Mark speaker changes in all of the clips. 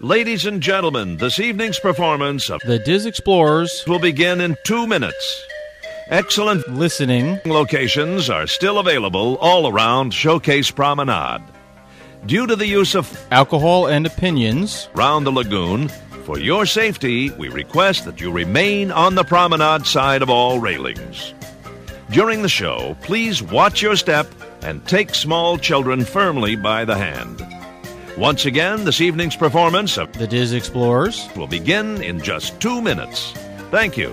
Speaker 1: Ladies and gentlemen, this evening's performance of
Speaker 2: The Diz Explorers
Speaker 1: will begin in two minutes. Excellent
Speaker 2: listening.
Speaker 1: locations are still available all around Showcase Promenade. Due to the use of
Speaker 2: Alcohol and opinions.
Speaker 1: round the lagoon, for your safety, we request that you remain on the promenade side of all railings. During the show, please watch your step and take small children firmly by the hand. Once again, this evening's performance of
Speaker 2: The Diz Explorers.
Speaker 1: will begin in just two minutes. Thank you.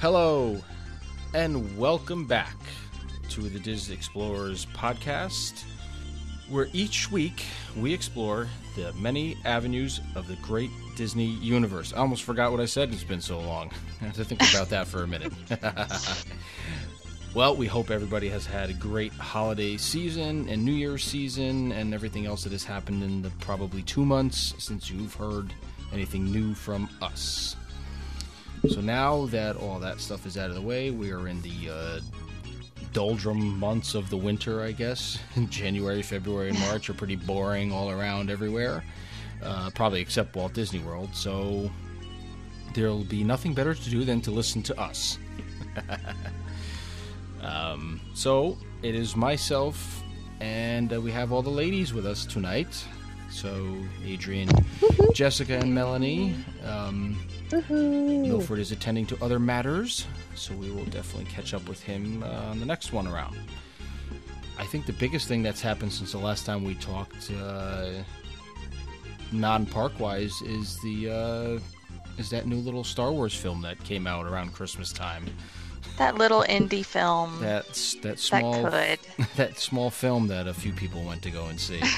Speaker 2: Hello, and welcome back to the Diz Explorers podcast, where each week we explore the many avenues of the great Disney universe. I almost forgot what I said, it's been so long. I have to think about that for a minute. well, we hope everybody has had a great holiday season and New Year's season and everything else that has happened in the probably two months since you've heard anything new from us. So now that all that stuff is out of the way, we are in the uh, doldrum months of the winter, I guess. January, February, and March are pretty boring all around everywhere, uh, probably except Walt Disney World. So there'll be nothing better to do than to listen to us. um, so it is myself, and uh, we have all the ladies with us tonight. So Adrian, Jessica, and Melanie. Um, Milford is attending to other matters, so we will definitely catch up with him uh, on the next one around. I think the biggest thing that's happened since the last time we talked, uh, non-park wise, is the uh, is that new little Star Wars film that came out around Christmas time.
Speaker 3: That little indie film Hmm. that,
Speaker 2: That's that small
Speaker 3: could.
Speaker 2: that small film that a few people went to go and see.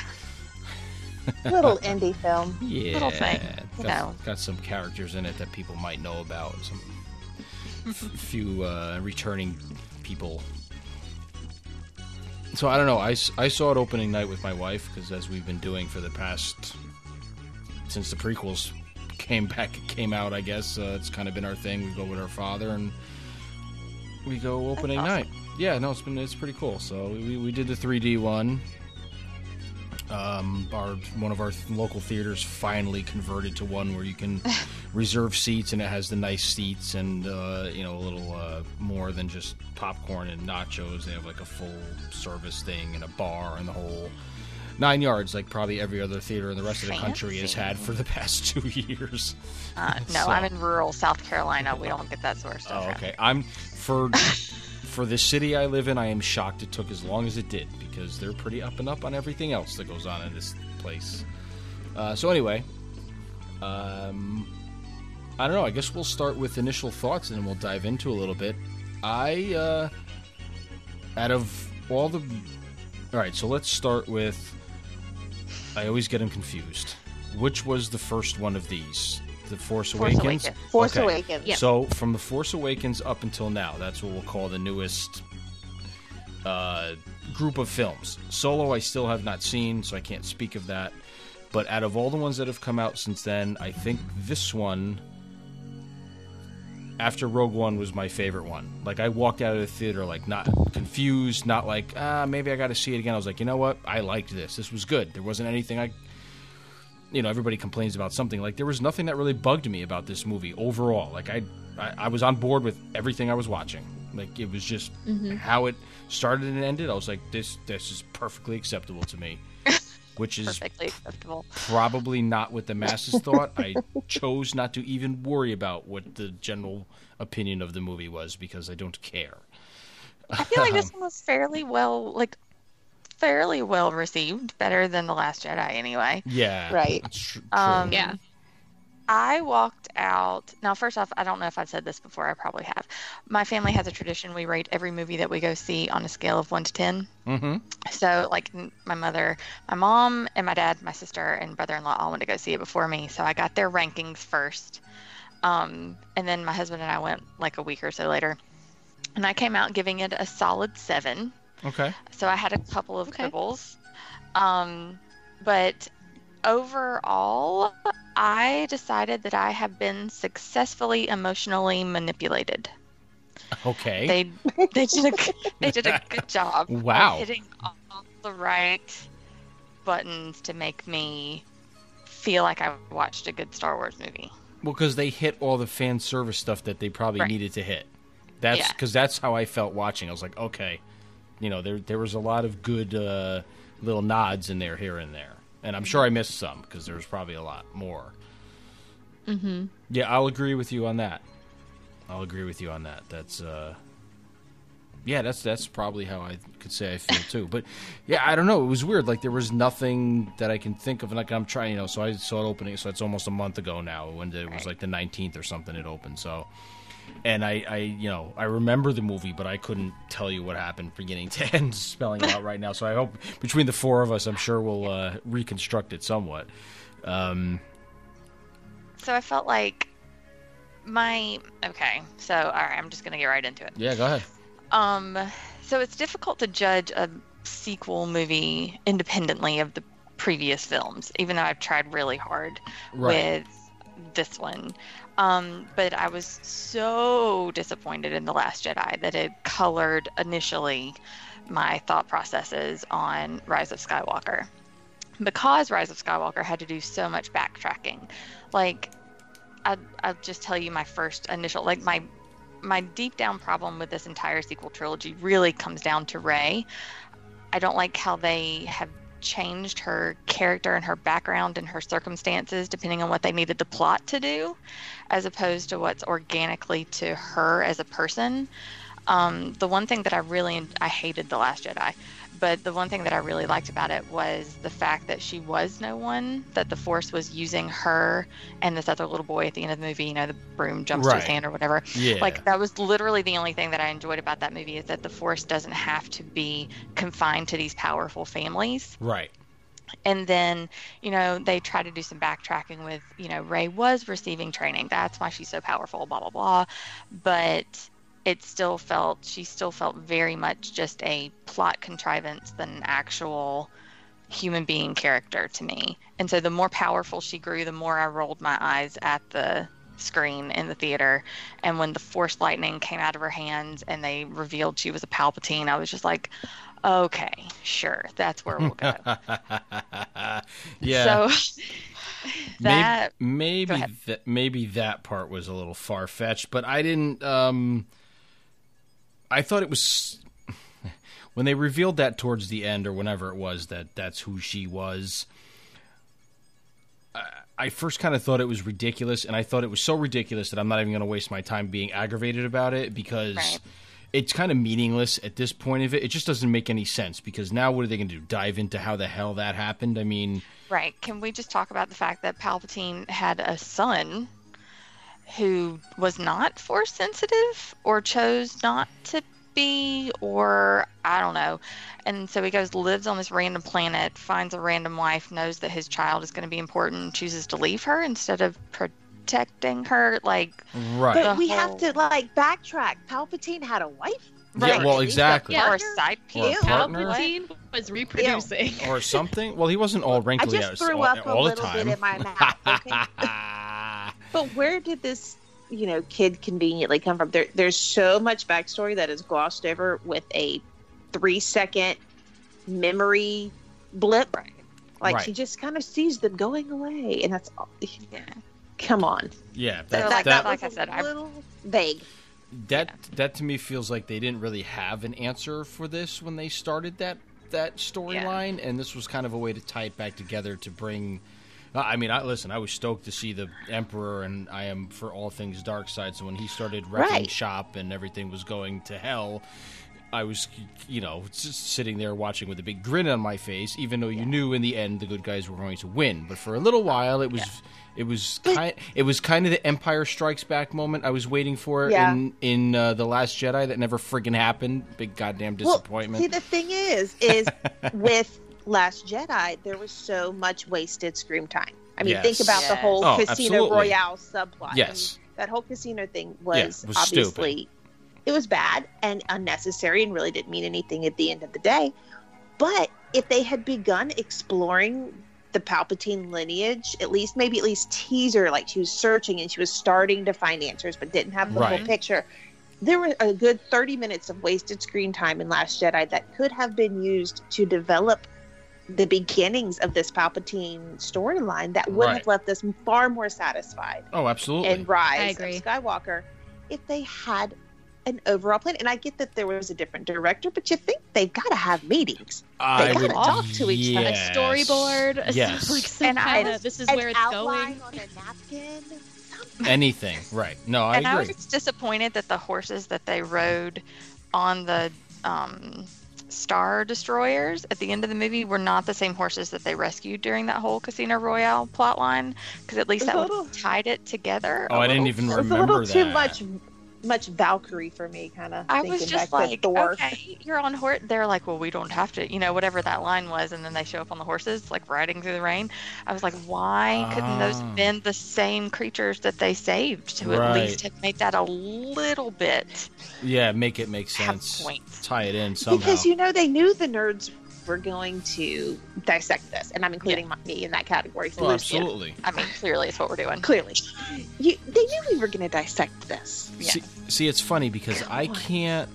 Speaker 4: Little indie film.
Speaker 2: Yeah,
Speaker 3: Little thing, you
Speaker 2: got,
Speaker 3: know.
Speaker 2: got some characters in it that people might know about. Some f- few uh, returning people. So I don't know. I, s- I saw it opening night with my wife because as we've been doing for the past since the prequels came back came out, I guess uh, it's kind of been our thing. We go with our father and we go opening
Speaker 3: awesome.
Speaker 2: night. Yeah, no, it's been it's pretty cool. So we, we did the 3D one um, our one of our th- local theaters finally converted to one where you can reserve seats and it has the nice seats and uh, you know a little uh, more than just popcorn and nachos. They have like a full service thing and a bar and the whole nine yards, like probably every other theater in the rest of the country has had for the past two years.
Speaker 3: Uh, no,
Speaker 2: So-
Speaker 3: I'm in rural South Carolina. We don't get that sort of stuff.
Speaker 2: Oh,
Speaker 3: around
Speaker 2: okay. I'm for for the city I live in. I am shocked it took as long as it did because they're pretty up and up on everything else that goes on in this place. Uh, so anyway, um, I don't know. I guess we'll start with initial thoughts and then we'll dive into a little bit. I uh, out of all the all right, so let's start with. I always get them confused. Which was the first one of these? The Force,
Speaker 3: Force
Speaker 2: Awakens.
Speaker 3: Awakens.
Speaker 4: Force
Speaker 2: Okay.
Speaker 4: Awakens.
Speaker 5: Yep.
Speaker 2: So from the Force Awakens up until now, that's what we'll call the newest uh, group of films. Solo, I still have not seen, so I can't speak of that. But out of all the ones that have come out since then, I think this one, after Rogue One, was my favorite one. Like I walked out of the theater like not confused, not like ah maybe I got to see it again. I was like, you know what, I liked this. This was good. There wasn't anything I you know everybody complains about something like there was nothing that really bugged me about this movie overall like i i, I was on board with everything i was watching like it was just how it started and ended i was like this this is perfectly acceptable to me which is
Speaker 3: perfectly acceptable.
Speaker 2: probably not what the masses thought. I chose not to even worry about what the general opinion of the movie was because I don't care.
Speaker 3: I feel like this one was fairly well, like fairly well received, better than the Last Jedi, anyway.
Speaker 2: Yeah.
Speaker 4: Right.
Speaker 2: that's tr- true.
Speaker 3: Um,
Speaker 5: Yeah.
Speaker 3: I walked out. Now, first off, I don't know if I've said this before. I probably have. My family has a tradition we rate every movie that we go see on a scale of 1 to 10.
Speaker 2: Mhm.
Speaker 3: So, like, n- my mother, my mom, and my dad, my sister, and brother in law all went to go see it before me. So, I got their rankings first. Um, and then my husband and I went like a week or so later. And I came out giving it a solid seven.
Speaker 2: Okay.
Speaker 3: So I had a couple of
Speaker 5: Okay.
Speaker 3: quibbles. Um, but overall, I decided that I have been successfully emotionally manipulated.
Speaker 2: Okay.
Speaker 3: They they did a g- they did a good job. of
Speaker 2: Wow.
Speaker 3: hitting all the right buttons to make me feel like I watched a good Star Wars movie.
Speaker 2: Well, because they hit all the fan service stuff that they probably
Speaker 3: Right.
Speaker 2: needed to hit. That's
Speaker 3: Yeah.
Speaker 2: because that's how I felt watching. I was like, okay, you know, there there was a lot of good uh, little nods in there, here and there, and I'm sure I missed some because there was probably a lot more. Mm-hmm. Yeah, I'll agree with you on that. I'll agree with you on that. That's uh, yeah, that's that's probably how I could say I feel too. But yeah, I don't know. It was weird. Like there was nothing that I can think of. Like I'm trying, you know. So I saw it opening. So it's almost a month ago now. When it was like the 19th or something, it opened. So, and I, I, you know, I remember the movie, but I couldn't tell you what happened beginning to end, spelling it out right now. So I hope between the four of us, I'm sure we'll uh, reconstruct it somewhat. Um,
Speaker 3: So I felt like my okay. So all right, I'm just gonna get right into it.
Speaker 2: yeah, go ahead.
Speaker 3: Um, so it's difficult to judge a sequel movie independently of the previous films, even though I've tried really hard
Speaker 2: Right.
Speaker 3: with this one. Um, but I was so disappointed in The Last Jedi that it colored initially my thought processes on Rise of Skywalker. Because Rise of Skywalker had to do so much backtracking. Like, I, I'll just tell you my first initial, like, my my deep down problem with this entire sequel trilogy really comes down to Rey. I don't like how they have changed her character and her background and her circumstances depending on what they needed the plot to do, as opposed to what's organically to her as a person. Um, the one thing that I really I hated the Last Jedi, but the one thing that I really liked about it was the fact that she was no one. That the Force was using her and this other little boy at the end of the movie. You know, the broom jumps to his
Speaker 2: Right.
Speaker 3: hand or whatever.
Speaker 2: Yeah.
Speaker 3: Like that was literally the only thing that I enjoyed about that movie is that the force doesn't have to be confined to these powerful families.
Speaker 2: right.
Speaker 3: And then, you know, they try to do some backtracking with, you know, Ray was receiving training. That's why she's so powerful, blah blah blah. But it still felt she still felt very much just a plot contrivance than an actual human being character to me. And so the more powerful she grew, the more I rolled my eyes at the screen in the theater. And when the force lightning came out of her hands and they revealed she was a Palpatine, I was just like, okay, sure, that's where we'll go.
Speaker 2: yeah.
Speaker 3: So
Speaker 2: Mayb-
Speaker 3: that
Speaker 2: maybe
Speaker 3: go
Speaker 2: maybe,
Speaker 3: ahead.
Speaker 2: maybe that part was a little far fetched, but I didn't. Um, I thought it was when they revealed that towards the end or whenever it was that that's who she was. I first kind of thought it was ridiculous, and I thought it was so ridiculous that I'm not even going to waste my time being aggravated about it because
Speaker 3: Right.
Speaker 2: it's kind of meaningless at this point of it. It just doesn't make any sense because now what are they going to do? Dive into how the hell that happened? I mean,
Speaker 3: right, can we just talk about the fact that Palpatine had a son who was not force sensitive or chose not to be or I don't know. And so he goes lives on this random planet, finds a random wife, knows that his child is going to be important, chooses to leave her instead of protecting her like
Speaker 2: right?
Speaker 4: But we have to like backtrack. Palpatine had a wife.
Speaker 2: Yeah,
Speaker 3: Right.
Speaker 2: well,
Speaker 4: He's a
Speaker 2: exactly.
Speaker 5: Yeah.
Speaker 3: or a side piece
Speaker 2: Or a partner?
Speaker 3: What?
Speaker 5: Palpatine was reproducing.
Speaker 2: or something. Well, he wasn't all
Speaker 4: I
Speaker 2: wrinkly
Speaker 4: just
Speaker 2: as-
Speaker 4: threw
Speaker 2: all,
Speaker 4: up a
Speaker 2: all the
Speaker 4: little
Speaker 2: time.
Speaker 4: bit in my mouth. Okay? but where did this, you know, kid conveniently come from? There, there's so much backstory that is glossed over with a three second memory blip. Like
Speaker 2: Right.
Speaker 4: she just kind of sees them going away, and that's all.
Speaker 3: Yeah.
Speaker 4: Come on,
Speaker 2: yeah, that,
Speaker 3: They're
Speaker 2: that,
Speaker 3: like,
Speaker 2: that,
Speaker 3: like I said,
Speaker 4: a
Speaker 3: I-
Speaker 4: little vague.
Speaker 2: that to me feels like they didn't really have an answer for this when they started that that storyline, and this was kind of a way to tie it back together to bring. uh, I I mean, I listen. I was stoked to see the Emperor, and I am for all things dark side. So when he started wrecking
Speaker 4: Right.
Speaker 2: shop and everything was going to hell, I was, you know, just sitting there watching with a big grin on my face, even though you knew in the end the good guys were going to win. But for a little while, it was, it was kind, it was kind of the Empire Strikes Back moment I was waiting for
Speaker 4: Yeah.
Speaker 2: in in uh, the Last Jedi that never friggin' happened. Big goddamn disappointment.
Speaker 4: Well, see, the thing is, is with Last Jedi, there was so much wasted screen time. I mean, think
Speaker 2: Yes.
Speaker 4: about the
Speaker 3: Yes.
Speaker 4: whole
Speaker 2: Oh,
Speaker 4: Casino
Speaker 2: absolutely.
Speaker 4: Royale subplot. I
Speaker 2: Yes.
Speaker 4: mean, that whole casino thing was,
Speaker 2: was
Speaker 4: obviously it was bad and unnecessary and really didn't mean anything at the end of the day. But if they had begun exploring the Palpatine lineage, at least maybe at least teaser, like she was searching and she was starting to find answers but didn't have the
Speaker 2: Right.
Speaker 4: full picture. There were a good 30 minutes of wasted screen time in Last Jedi that could have been used to develop the beginnings of this Palpatine storyline that would
Speaker 2: Right.
Speaker 4: have left us far more satisfied
Speaker 2: oh, absolutely.
Speaker 4: and Rise
Speaker 5: I agree.
Speaker 4: of Skywalker if they had an overall plan. And I get that there was a different director, but you think they've got to have meetings.
Speaker 2: I
Speaker 4: gotta
Speaker 2: would
Speaker 4: talk to each other.
Speaker 5: a
Speaker 2: yes.
Speaker 5: storyboard, a-
Speaker 2: Yes.
Speaker 5: like some
Speaker 3: And I
Speaker 5: kind
Speaker 4: was-
Speaker 5: of this is
Speaker 4: An
Speaker 5: where it's
Speaker 4: outline
Speaker 5: going.
Speaker 4: on a napkin. something.
Speaker 2: anything. Right? No, I
Speaker 3: and I
Speaker 2: agree.
Speaker 3: was disappointed that the horses that they rode on the um, Star Destroyers at the end of the movie were not the same horses that they rescued during that whole Casino Royale plotline, because at least that would have tied it together.
Speaker 2: oh,
Speaker 3: a
Speaker 2: I didn't
Speaker 3: little.
Speaker 2: even
Speaker 4: It was
Speaker 2: remember
Speaker 4: a
Speaker 2: that.
Speaker 4: little too much, much Valkyrie for me, kind of.
Speaker 3: I was just like,
Speaker 4: Thor.
Speaker 3: okay, you're on horse. They're like, well, we don't have to, you know, whatever that line was. And then they show up on the horses, like riding through the rain. I was like, why couldn't those
Speaker 2: Ah.
Speaker 3: have been the same creatures that they saved to
Speaker 2: Right.
Speaker 3: at least have made that a little bit
Speaker 2: Yeah, make it make
Speaker 3: have
Speaker 2: sense.
Speaker 3: points?
Speaker 2: Tie it in somehow.
Speaker 4: Because you know they knew the nerds were going to dissect this, and I'm including my me in that category.
Speaker 2: oh,
Speaker 4: Lucian,
Speaker 2: absolutely.
Speaker 3: I mean, clearly it's what we're doing.
Speaker 4: Clearly, you, they knew we were going to dissect this.
Speaker 3: Yeah.
Speaker 2: See, see, it's funny because I can't.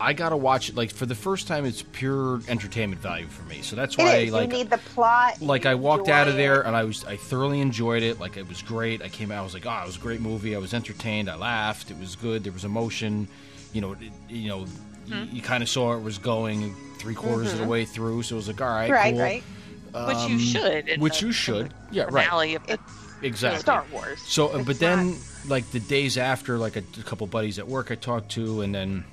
Speaker 2: I gotta watch it like for the first time. It's pure entertainment value for me, so that's why
Speaker 4: it is.
Speaker 2: like
Speaker 4: you need the plot.
Speaker 2: like I
Speaker 4: you
Speaker 2: walked
Speaker 4: enjoy
Speaker 2: out of there
Speaker 4: it.
Speaker 2: and I was I thoroughly enjoyed it. Like it was great. I came out. I was like, oh, it was a great movie. I was entertained. I laughed. It was good. There was emotion. You know, it, you know, y-
Speaker 4: Hmm.
Speaker 2: you kind of saw where it was going three quarters of the way through. So it was like, all right,
Speaker 4: Mm-hmm. Right,
Speaker 2: cool.
Speaker 4: right.
Speaker 3: Which you should. in
Speaker 2: Um, Which
Speaker 3: the-
Speaker 2: you should. Yeah, right.
Speaker 3: Finale of the
Speaker 2: Exactly.
Speaker 4: Star Wars.
Speaker 2: So, uh,
Speaker 4: It's
Speaker 2: but then, like the days after, like a, a couple buddies at work I talked to, and then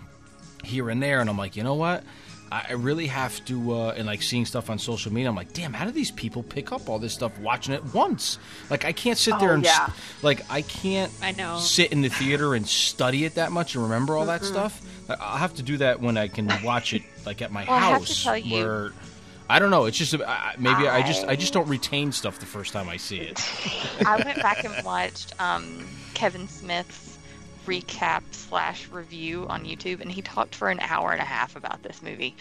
Speaker 2: here and there, and I'm like, you know what? I, I really have to. Uh, and like seeing stuff on social media, I'm like, damn, how do these people pick up all this stuff watching it once? Like, I can't sit there
Speaker 4: Oh,
Speaker 2: and
Speaker 4: yeah.
Speaker 2: st- like I can't
Speaker 5: I know.
Speaker 2: sit in the theater and study it that much and remember all that stuff. I- I'll have to do that when I can watch it like at my
Speaker 3: Well, I
Speaker 2: house.
Speaker 3: have to tell you-
Speaker 2: Where I don't know. It's just a- I- I- maybe I just I just don't retain stuff the first time I see it.
Speaker 3: I went back and watched um, Kevin Smith's recap slash review on YouTube, and he talked for an hour and a half about this movie,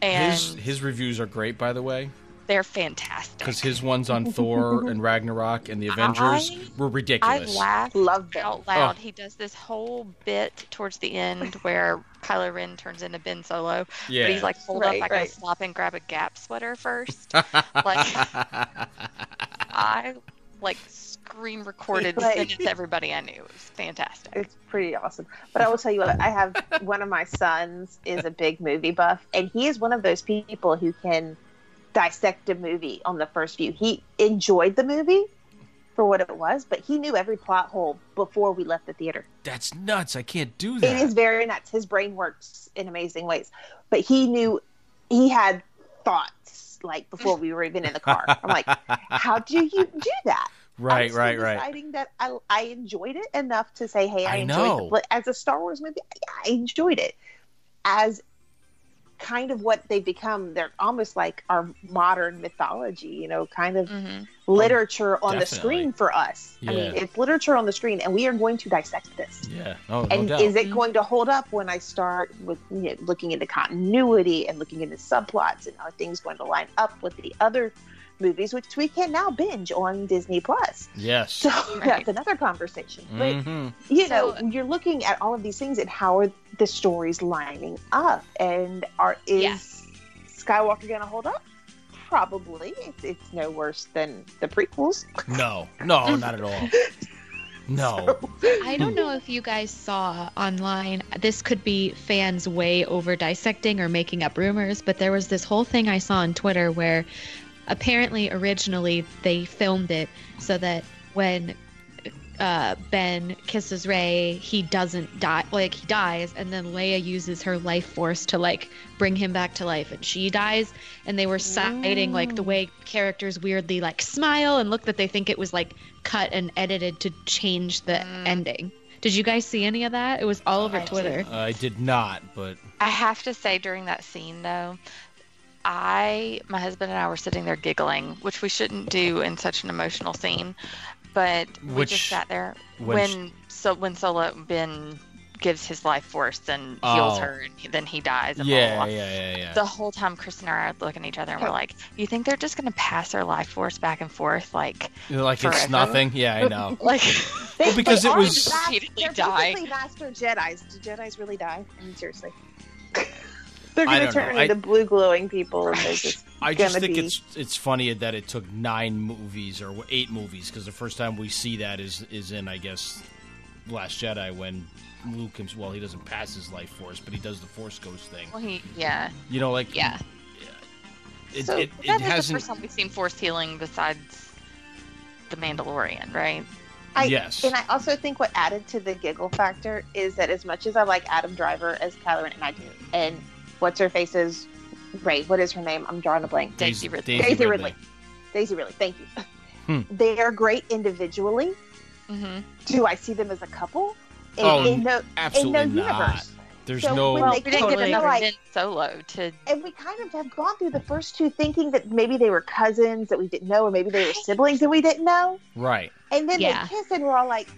Speaker 3: and
Speaker 2: His his reviews are great, by the way.
Speaker 3: they're fantastic.
Speaker 2: because his ones on Thor and Ragnarok and the Avengers
Speaker 3: I-
Speaker 2: were
Speaker 3: I
Speaker 2: ridiculous.
Speaker 3: laughed
Speaker 4: Love them.
Speaker 3: out loud. He does this whole bit towards the end where Kylo Ren turns into Ben Solo,
Speaker 2: yeah,
Speaker 3: but he's like, "Hold
Speaker 4: Right,
Speaker 3: up, I gotta
Speaker 4: right.
Speaker 3: stop and grab a Gap sweater first. like I like screen recorded
Speaker 4: Right.
Speaker 3: sent it to everybody I knew. It was fantastic.
Speaker 4: It's pretty awesome. But I will tell you what, I have one of my sons is a big movie buff, and he is one of those people who can dissect a movie on the first view. He enjoyed the movie for what it was, but he knew every plot hole before we left the theater.
Speaker 2: that's nuts. I can't do
Speaker 4: It
Speaker 2: that.
Speaker 4: is very nuts. His brain works in amazing ways. But he knew he had thoughts like before we were even in the car. I'm like, how do you do that? I'm
Speaker 2: right,
Speaker 4: still
Speaker 2: right, right.
Speaker 4: Deciding that I, I enjoyed it enough to say, hey,
Speaker 2: I
Speaker 4: I, enjoyed
Speaker 2: know.
Speaker 4: it. But as a Star Wars movie, I, I enjoyed it. As kind of what they've become, they're almost like our modern mythology, you know, kind of
Speaker 3: Mhm.
Speaker 4: literature on the
Speaker 2: definitely.
Speaker 4: screen for us. I mean,
Speaker 2: Yeah.
Speaker 4: it's literature on the screen, and we are going to dissect this.
Speaker 2: Yeah. Oh, no
Speaker 4: And
Speaker 2: doubt.
Speaker 4: is it going to hold up when I start with you know, looking into continuity and looking into subplots and are things going to line up with the other movies, which we can now binge on Disney Plus?
Speaker 2: yes.
Speaker 4: So
Speaker 3: Right.
Speaker 4: that's another conversation.
Speaker 2: hmm
Speaker 4: But you
Speaker 5: So-
Speaker 4: know, you're looking at all of these things and how are the stories lining up, and are is
Speaker 5: Yes.
Speaker 4: Skywalker going to hold up? Probably. It's, it's no worse than the prequels.
Speaker 2: No, no, not at all. No.
Speaker 5: I don't know if you guys saw online. This could be fans way over dissecting or making up rumors, but there was this whole thing I saw on Twitter where apparently originally they filmed it so that when uh, Ben kisses Ray, he doesn't die. Like he dies, and then Leia uses her life force to like bring him back to life, and she dies. And they were citing like the way characters weirdly like smile and look that they think it was like cut and edited to change the
Speaker 3: Mm.
Speaker 5: ending. Did you guys see any of that? It was all over
Speaker 3: I
Speaker 5: Twitter.
Speaker 2: I did not, but
Speaker 3: I have to say during that scene though, I my husband and I were sitting there giggling, which we shouldn't do in such an emotional scene, but we
Speaker 2: Which-
Speaker 3: just sat there
Speaker 2: when
Speaker 3: when,
Speaker 2: sh-
Speaker 3: so when Solo Ben gives his life force and
Speaker 2: Oh.
Speaker 3: heals her and he- then he dies and blah,
Speaker 2: yeah,
Speaker 3: blah,
Speaker 2: yeah,
Speaker 3: blah.
Speaker 2: yeah, yeah.
Speaker 3: The whole time Chris and I are looking at each other and we're like, You think they're just gonna pass their life force back and forth like
Speaker 2: like it's
Speaker 3: forever.
Speaker 2: nothing. Yeah, I know.
Speaker 3: like
Speaker 4: They,
Speaker 2: Well, because
Speaker 4: they
Speaker 2: it
Speaker 4: are
Speaker 2: was-
Speaker 4: mas-
Speaker 3: Repeatedly
Speaker 4: they're
Speaker 3: die.
Speaker 4: perfectly master Jedi's. Do Jedi's really die? I mean, seriously. they're
Speaker 2: I
Speaker 4: going
Speaker 2: don't
Speaker 4: to turn
Speaker 2: know. I-
Speaker 4: into blue glowing people. And they're
Speaker 3: Right.
Speaker 4: just,
Speaker 2: I just
Speaker 4: gonna
Speaker 2: think
Speaker 4: be-
Speaker 2: it's it's funny that it took nine movies or eight movies because the first time we see that is is in I guess Last Jedi when Luke comes. Well, he doesn't pass his life force, but he does the Force Ghost thing.
Speaker 3: well he yeah.
Speaker 2: You know, like
Speaker 5: Yeah.
Speaker 2: it,
Speaker 4: So
Speaker 2: it,
Speaker 3: That
Speaker 2: it
Speaker 3: was the
Speaker 2: hasn't.
Speaker 3: first time we've seen force healing besides the Mandalorian, right?
Speaker 4: I-
Speaker 2: yes,
Speaker 4: And I also think what added to the giggle factor is that as much as I like Adam Driver as Kylo Ren, and I do, and what's her face is Ray. What is her name? I'm drawing a blank.
Speaker 3: Daisy Ridley.
Speaker 4: Daisy Ridley. Daisy Ridley. Thank you.
Speaker 2: Hmm.
Speaker 4: They are great individually.
Speaker 3: Mm-hmm.
Speaker 4: Do I see them as a couple? In,
Speaker 2: Oh,
Speaker 4: in no, in no
Speaker 2: Absolutely not.
Speaker 4: universe.
Speaker 2: There's
Speaker 4: So
Speaker 2: no.
Speaker 4: when
Speaker 3: Well,
Speaker 4: they
Speaker 3: we didn't
Speaker 4: totally
Speaker 3: get another
Speaker 4: agree.
Speaker 3: Ben Solo to
Speaker 4: And we kind of have gone through the first two thinking that maybe they were cousins that we didn't know, or maybe they were siblings that we didn't know.
Speaker 2: Right.
Speaker 4: And then
Speaker 5: Yeah.
Speaker 4: they kiss, and we're all like,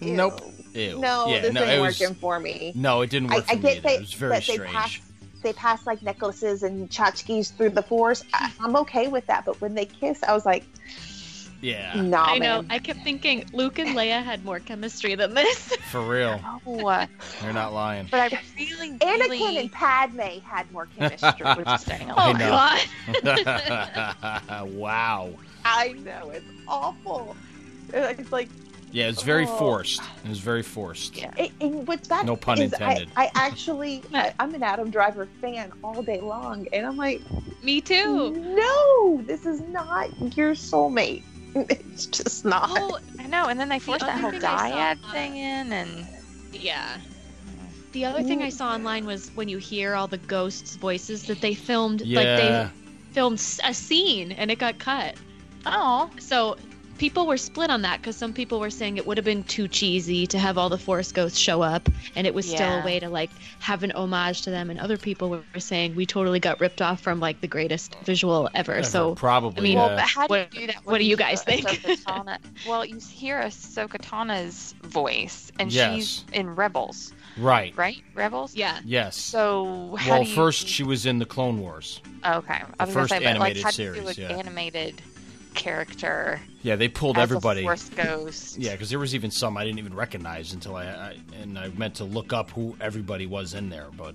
Speaker 4: Ew.
Speaker 2: Nope. Ew.
Speaker 4: "No,
Speaker 2: yeah,
Speaker 4: this
Speaker 2: no,
Speaker 4: ain't
Speaker 2: it was,
Speaker 4: working for me."
Speaker 2: No, it didn't
Speaker 4: I,
Speaker 2: work
Speaker 4: I
Speaker 2: for me
Speaker 4: get
Speaker 2: either.
Speaker 4: they,
Speaker 2: it was very
Speaker 4: that they
Speaker 2: strange.
Speaker 4: pass they pass like necklaces and tchotchkes through the force. I, I'm okay with that, but when they kiss, I was like,
Speaker 2: Yeah,
Speaker 4: "Nah,
Speaker 5: I know.
Speaker 4: man."
Speaker 5: I kept thinking Luke and Leia had more chemistry than this.
Speaker 2: for real.
Speaker 3: no. uh,
Speaker 2: You're not lying.
Speaker 3: But I really,
Speaker 4: Anakin
Speaker 3: really
Speaker 4: and Padme had more chemistry.
Speaker 3: was just saying a
Speaker 5: Oh
Speaker 2: I
Speaker 5: my
Speaker 3: lot.
Speaker 2: know.
Speaker 5: god.
Speaker 2: wow.
Speaker 4: I know it's awful. It's like,
Speaker 2: Yeah, it's very
Speaker 4: Oh.
Speaker 2: forced. It was very forced.
Speaker 3: Yeah.
Speaker 4: it, and what's bad
Speaker 2: No pun
Speaker 4: is I,
Speaker 2: intended.
Speaker 4: I actually, I, I'm an Adam Driver fan all day long, and I'm like,
Speaker 5: Me too.
Speaker 4: no, this is not your soulmate. It's just not.
Speaker 5: Oh,
Speaker 3: I know, and then they forced that
Speaker 5: other
Speaker 3: whole
Speaker 5: thing I saw,
Speaker 3: dyad
Speaker 5: uh,
Speaker 3: thing in, and
Speaker 5: Yeah. The other thing I saw online was when you hear all the ghosts' voices that they filmed, like
Speaker 2: Yeah.
Speaker 5: they filmed s- a scene and it got cut.
Speaker 3: oh,
Speaker 5: So people were split on that because some people were saying it would have been too cheesy to have all the forest ghosts show up and it was still
Speaker 3: Yeah.
Speaker 5: a way to like have an homage to them. And other people were saying we totally got ripped off from like the greatest visual ever.
Speaker 2: Ever,
Speaker 5: So
Speaker 2: probably.
Speaker 5: I mean-
Speaker 2: yeah.
Speaker 3: well, but how do
Speaker 5: What-
Speaker 3: you do that?
Speaker 5: what
Speaker 3: when
Speaker 5: do you guys
Speaker 3: hear
Speaker 5: think?
Speaker 3: Ahsoka Tana- well, you hear Ahsoka Tana's voice, and
Speaker 2: Yes.
Speaker 3: she's in Rebels,
Speaker 2: right.
Speaker 3: right? Rebels.
Speaker 5: yeah.
Speaker 2: Yes.
Speaker 3: So how
Speaker 2: well,
Speaker 3: do you...
Speaker 2: first she was in the Clone Wars.
Speaker 3: okay, I was
Speaker 2: first
Speaker 3: gonna say, but like,
Speaker 2: animated
Speaker 3: how do you do
Speaker 2: series,
Speaker 3: an
Speaker 2: yeah.
Speaker 3: animated character?
Speaker 2: Yeah, they pulled
Speaker 3: as
Speaker 2: everybody.
Speaker 3: A force ghost.
Speaker 2: Yeah, because there was even some I didn't even recognize until I, I and I meant to look up who everybody was in there, but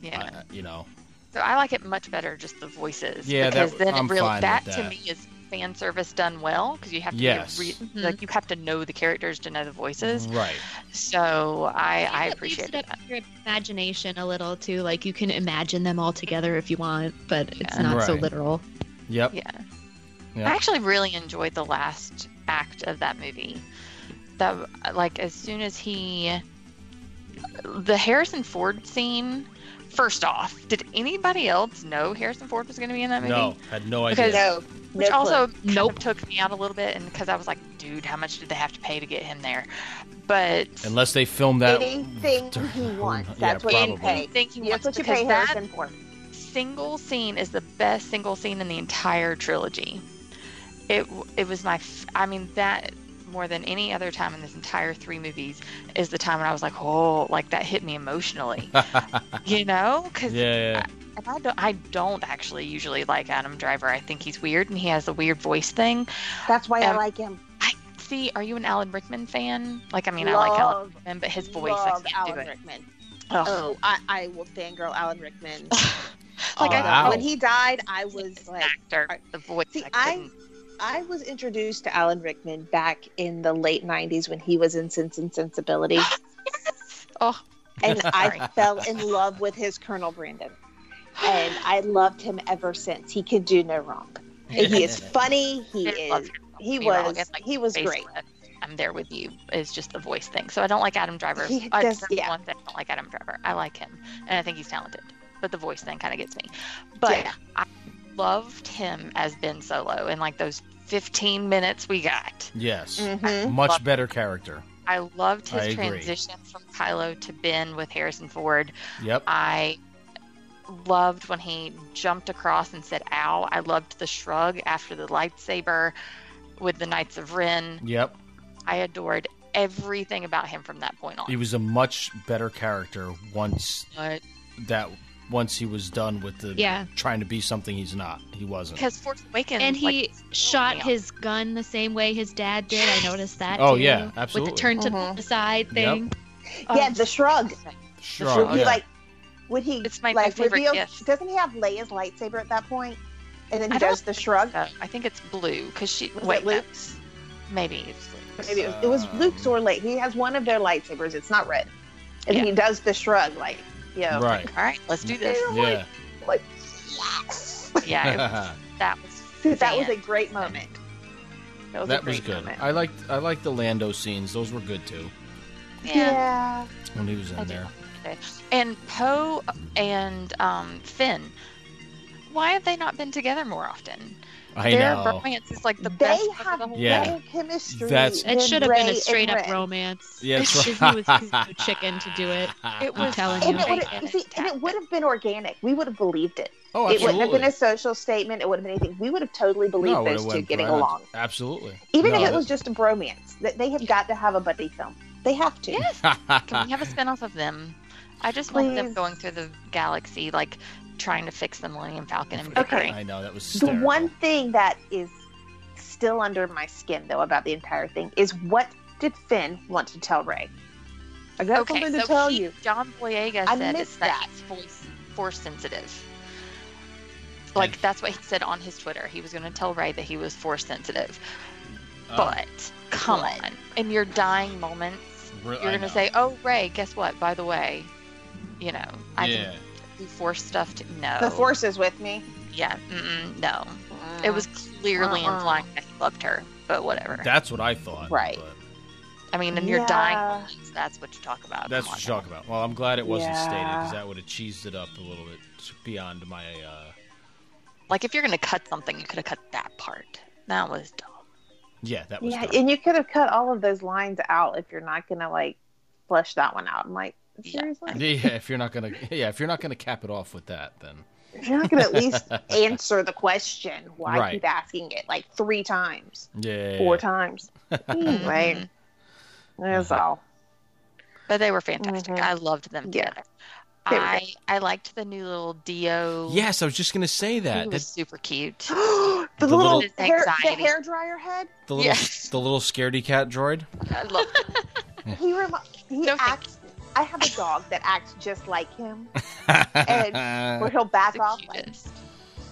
Speaker 3: yeah.
Speaker 2: I, you know,
Speaker 3: So I like it much better just the voices.
Speaker 2: Yeah, that-
Speaker 3: because then
Speaker 2: I'm
Speaker 3: it really
Speaker 2: fine with
Speaker 3: that,
Speaker 2: that.
Speaker 3: to me is fan service done well because you have to be a
Speaker 2: Yes.
Speaker 3: re-
Speaker 5: Mhm.
Speaker 3: like you have to know the characters to know the voices.
Speaker 2: right?
Speaker 3: So I I
Speaker 5: It leaves
Speaker 3: appreciate
Speaker 5: it up
Speaker 3: that.
Speaker 5: to your imagination a little too. Like you can imagine them all together if you want, but it's
Speaker 3: Yeah.
Speaker 5: not so
Speaker 2: Right.
Speaker 5: literal.
Speaker 2: Yep.
Speaker 3: Yeah.
Speaker 2: Yeah.
Speaker 3: I actually really enjoyed the last act of that movie. That like as soon as he the Harrison Ford scene. First off, did anybody else know Harrison Ford was going to be in that movie?
Speaker 2: No, had no idea.
Speaker 3: Because-
Speaker 4: no,
Speaker 3: Which
Speaker 4: no clue.
Speaker 3: also kind
Speaker 5: Nope.
Speaker 3: of took me out a little bit, and because I was like, dude, how much did they have to pay to get him there? But
Speaker 2: Unless they filmed that.
Speaker 4: anything he wants.
Speaker 2: yeah,
Speaker 4: That's what you
Speaker 2: probably.
Speaker 4: pay.
Speaker 3: think he
Speaker 4: That's
Speaker 3: wants
Speaker 4: what you
Speaker 3: because
Speaker 4: pay
Speaker 3: that
Speaker 4: Harrison for.
Speaker 3: single scene is the best single scene in the entire trilogy. It w- it was my f- I mean that more than any other time in this entire three movies is the time when I was like, oh, like that hit me emotionally, you know?
Speaker 2: yeah,
Speaker 3: Because
Speaker 2: yeah,
Speaker 3: and I don't I don't actually usually like Adam Driver. I think he's weird and he has a weird voice thing.
Speaker 4: That's why I
Speaker 3: Um,
Speaker 4: like him.
Speaker 3: I see. Are you an Alan Rickman fan? Like I mean, I like Alan
Speaker 4: love,
Speaker 3: Rickman, but his voice I
Speaker 4: love
Speaker 3: can't
Speaker 4: Alan
Speaker 3: do it.
Speaker 4: Rickman.
Speaker 3: Ugh.
Speaker 4: Oh, I, I will fangirl Alan Rickman.
Speaker 3: Like
Speaker 4: Oh,
Speaker 2: Wow.
Speaker 3: I
Speaker 4: When he died, I was
Speaker 3: was
Speaker 4: like,
Speaker 3: actor, the voice.
Speaker 4: See,
Speaker 3: I
Speaker 4: I-
Speaker 3: couldn't-
Speaker 4: I was introduced to Alan Rickman back in the late '90s when he was in *Sense and Sensibility*,
Speaker 3: yes. Oh,
Speaker 4: and I fell in love with his Colonel Brandon, and I loved him ever since. He could do no wrong. He is funny. He
Speaker 3: I love
Speaker 4: is.
Speaker 3: him.
Speaker 4: He
Speaker 3: Don't get me wrong,
Speaker 4: was.
Speaker 3: it's like
Speaker 4: He was
Speaker 3: face
Speaker 4: great.
Speaker 3: lift. I'm there with you. It's just the voice thing. So I don't like Adam Driver.
Speaker 4: He
Speaker 3: I,
Speaker 4: does-
Speaker 3: that's
Speaker 4: yeah.
Speaker 3: one thing I don't like Adam Driver. I like him, and I think he's talented, but the voice thing kind of gets me. But
Speaker 4: Yeah.
Speaker 3: I loved him as Ben Solo in like those 15 minutes we got.
Speaker 2: Yes.
Speaker 4: Mhm.
Speaker 2: Much better character.
Speaker 3: I loved
Speaker 2: I
Speaker 3: his
Speaker 2: agree.
Speaker 3: transition from Kylo to Ben with Harrison Ford.
Speaker 2: Yep.
Speaker 3: I loved when he jumped across and said ow. I loved the shrug after the lightsaber with the Knights of Ren.
Speaker 2: Yep.
Speaker 3: I adored everything about him from that point on.
Speaker 2: He was a much better character once
Speaker 3: But-
Speaker 2: that once he was done with the
Speaker 5: Yeah.
Speaker 2: trying to be something he's not. He wasn't.
Speaker 3: because Force Awakens
Speaker 5: And he
Speaker 3: like, oh,
Speaker 5: shot
Speaker 3: yeah.
Speaker 5: his gun the same way his dad did. I noticed that.
Speaker 2: Oh,
Speaker 5: too,
Speaker 2: yeah,
Speaker 5: With
Speaker 2: absolutely.
Speaker 5: the turn to
Speaker 3: Mm-hmm.
Speaker 4: Mhm.
Speaker 5: the side
Speaker 2: Yep.
Speaker 5: thing.
Speaker 4: Yeah, the shrug.
Speaker 2: Sure.
Speaker 4: Would he
Speaker 2: Um, yeah.
Speaker 4: like? Would he?
Speaker 3: It's my- my
Speaker 4: like,
Speaker 3: favorite
Speaker 4: reveal-
Speaker 3: gift.
Speaker 4: Doesn't he have Leia's lightsaber at that point? And then he
Speaker 3: I don't
Speaker 4: does the shrug.
Speaker 3: Uh, I think it's blue because she
Speaker 4: Was
Speaker 3: wait
Speaker 4: it
Speaker 3: no.
Speaker 4: Luke's?
Speaker 3: maybe it's Luke's.
Speaker 4: Maybe it was, it was Luke's or Leia. He has one of their lightsabers. It's not red, and
Speaker 3: Yeah.
Speaker 4: he does the shrug like, you know,
Speaker 2: Right.
Speaker 3: All right, let's do this.
Speaker 2: Yeah.
Speaker 4: like yes.
Speaker 3: Yeah, it was- that was
Speaker 4: that was a
Speaker 3: fan.
Speaker 4: great moment. That was, a
Speaker 2: that was
Speaker 4: great
Speaker 2: good.
Speaker 4: moment.
Speaker 2: I liked I liked the Lando scenes. Those were good too
Speaker 3: yeah.
Speaker 4: yeah.
Speaker 2: when he was
Speaker 3: I
Speaker 2: in
Speaker 3: do.
Speaker 2: there.
Speaker 3: And Poe and um, Finn, why have they not been together more often?
Speaker 2: I
Speaker 3: Their
Speaker 2: know.
Speaker 3: romance is like the
Speaker 4: they
Speaker 3: best. part of
Speaker 4: have
Speaker 3: the whole
Speaker 2: Yeah.
Speaker 4: better chemistry.
Speaker 2: That's-
Speaker 5: It
Speaker 4: than
Speaker 5: should have been
Speaker 4: Rey
Speaker 5: a
Speaker 4: and
Speaker 5: straight up
Speaker 4: Ren.
Speaker 5: romance.
Speaker 2: Yeah, that's
Speaker 5: She
Speaker 2: right.
Speaker 5: was too chicken to do it.
Speaker 3: It
Speaker 5: I'm
Speaker 3: was
Speaker 5: telling
Speaker 4: And
Speaker 5: you.
Speaker 4: it would
Speaker 3: Organic.
Speaker 4: see, and it would have been organic. We would have believed it.
Speaker 2: oh,
Speaker 4: It wouldn't have
Speaker 2: absolutely.
Speaker 4: been a social statement. It wouldn't have been anything. We would have totally believed
Speaker 2: No, it
Speaker 4: those two
Speaker 2: went
Speaker 4: getting
Speaker 2: right on-
Speaker 4: along.
Speaker 2: Absolutely.
Speaker 4: Even
Speaker 2: No,
Speaker 4: if it was just a bromance, that they have got to have a buddy film. They have to.
Speaker 3: Yes. Can we
Speaker 2: that-
Speaker 3: have a spinoff of them? I just want them
Speaker 4: Please.
Speaker 3: going through the galaxy, like trying to fix the Millennium Falcon and
Speaker 4: Okay.
Speaker 3: bickering.
Speaker 2: I know that was
Speaker 4: The
Speaker 2: hysterical.
Speaker 4: one thing that is still under my skin, though, about the entire thing is what did Finn want to tell Ray? I got
Speaker 3: Okay,
Speaker 4: something to
Speaker 3: so
Speaker 4: tell
Speaker 3: he-
Speaker 4: you.
Speaker 3: John Boyega
Speaker 4: I
Speaker 3: said
Speaker 4: missed
Speaker 3: it's that he's force, force sensitive. Like that's what he said on his Twitter. He was going to tell Ray that he was force sensitive.
Speaker 2: Oh,
Speaker 3: but come
Speaker 4: What?
Speaker 3: on, in your dying moments,
Speaker 2: re-
Speaker 3: you're
Speaker 2: I
Speaker 3: going to
Speaker 2: know.
Speaker 3: say, "Oh, Ray, guess what? By the way, you know, I
Speaker 2: yeah.
Speaker 3: can do force stuff." To-
Speaker 2: Oh.
Speaker 3: no,
Speaker 4: The Force is with me.
Speaker 3: Yeah, mm-mm, no. It was clearly
Speaker 4: Uh-uh.
Speaker 3: implying that he loved her, but whatever.
Speaker 2: That's what I thought.
Speaker 4: Right.
Speaker 2: but-
Speaker 3: I mean, in your dying
Speaker 4: Yeah.
Speaker 3: moments, that's what you talk about.
Speaker 2: That's
Speaker 3: Oh, Come
Speaker 2: what you
Speaker 3: on
Speaker 2: talk about. Well, I'm glad it wasn't stated
Speaker 4: Yeah.
Speaker 2: because that would have cheesed it up a little bit beyond my. uh
Speaker 3: now. Like if you're going to cut something, you could have cut that part. That was dumb.
Speaker 2: Yeah, that was.
Speaker 4: Yeah,
Speaker 2: dumb.
Speaker 4: and you could have cut all of those lines out if you're not gonna like flesh that one out. I'm like,
Speaker 3: Yeah.
Speaker 4: seriously,
Speaker 2: yeah, if you're not gonna, yeah, if you're not gonna cap it off with that, then
Speaker 4: If you're not gonna at least answer the question. Why
Speaker 2: Right.
Speaker 4: keep asking it like three times,
Speaker 2: yeah,
Speaker 4: four times?
Speaker 3: Mhm.
Speaker 4: Anyway, that's all.
Speaker 3: But they were fantastic.
Speaker 4: Mhm.
Speaker 3: I loved them
Speaker 4: Yeah.
Speaker 3: together.
Speaker 4: They were
Speaker 3: I I liked the new little Dio.
Speaker 2: Yes, I was just gonna say
Speaker 3: he
Speaker 2: that.
Speaker 3: was
Speaker 2: that
Speaker 3: super cute.
Speaker 4: the,
Speaker 2: The
Speaker 4: little,
Speaker 2: little-
Speaker 4: hair, the
Speaker 3: Anxiety.
Speaker 4: hair dryer head.
Speaker 2: the little,
Speaker 3: Yes.
Speaker 2: the little scaredy cat droid.
Speaker 3: I loved
Speaker 4: He remi- he
Speaker 3: No, thank
Speaker 4: acts. I have a dog that acts just like him, where he'll back
Speaker 3: the
Speaker 4: off. Like,
Speaker 3: cutest.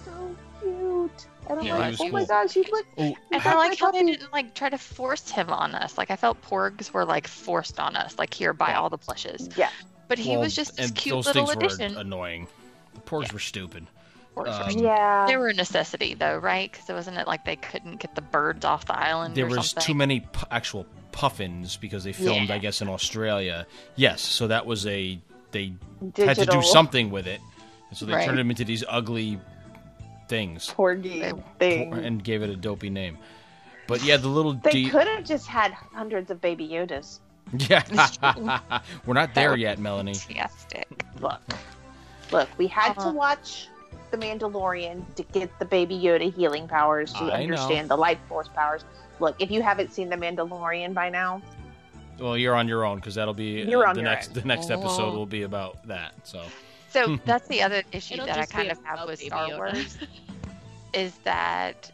Speaker 4: so cute. And I'm
Speaker 2: Yeah, he
Speaker 4: like,
Speaker 2: was
Speaker 4: oh my
Speaker 2: cool.
Speaker 4: gosh, you look.
Speaker 2: oh,
Speaker 3: And I
Speaker 4: Have
Speaker 3: like
Speaker 4: my
Speaker 3: how they
Speaker 4: puppy.
Speaker 3: didn't like try to force him on us. Like I felt porgs were like forced on us. Like here, buy all the plushes.
Speaker 4: Yeah,
Speaker 3: But he
Speaker 2: well,
Speaker 3: was just this
Speaker 2: and
Speaker 3: cute
Speaker 2: those
Speaker 3: little
Speaker 2: things
Speaker 3: addition.
Speaker 2: were uh, annoying. The porgs were stupid.
Speaker 3: Porgs were
Speaker 2: um,
Speaker 4: yeah.
Speaker 3: They were a necessity, though, right? Because wasn't it like they couldn't get the birds off the island
Speaker 2: There
Speaker 3: or
Speaker 2: was
Speaker 3: something?
Speaker 2: too many pu- actual puffins because they filmed,
Speaker 3: Yeah.
Speaker 2: I guess, in Australia. Yes, so that was a they had to
Speaker 4: Digital.
Speaker 2: do something with it, and so they
Speaker 3: Right.
Speaker 2: turned them into these ugly things
Speaker 4: Porgy thing.
Speaker 2: and gave it a dopey name. But yeah, the little
Speaker 4: They
Speaker 2: D.
Speaker 4: could have just had hundreds of baby Yodas.
Speaker 2: Yeah, we're not there yet, Melanie.
Speaker 3: Fantastic.
Speaker 4: Look, look, we had
Speaker 3: Uh-huh.
Speaker 4: to watch The Mandalorian to get the baby Yoda healing powers
Speaker 2: I
Speaker 4: to
Speaker 2: know.
Speaker 4: understand the life force powers. Look, if you haven't seen The Mandalorian by now,
Speaker 2: Well, you're on your own because that'll be uh,
Speaker 4: You're on
Speaker 2: the
Speaker 4: your
Speaker 2: next.
Speaker 4: own.
Speaker 2: The next episode
Speaker 5: Oh.
Speaker 2: will be about that. So
Speaker 3: So that's the other issue
Speaker 5: It'll
Speaker 3: that I
Speaker 5: just be
Speaker 3: kind of
Speaker 5: about
Speaker 3: have with
Speaker 5: Baby
Speaker 3: Star
Speaker 5: Yoda.
Speaker 3: Wars is that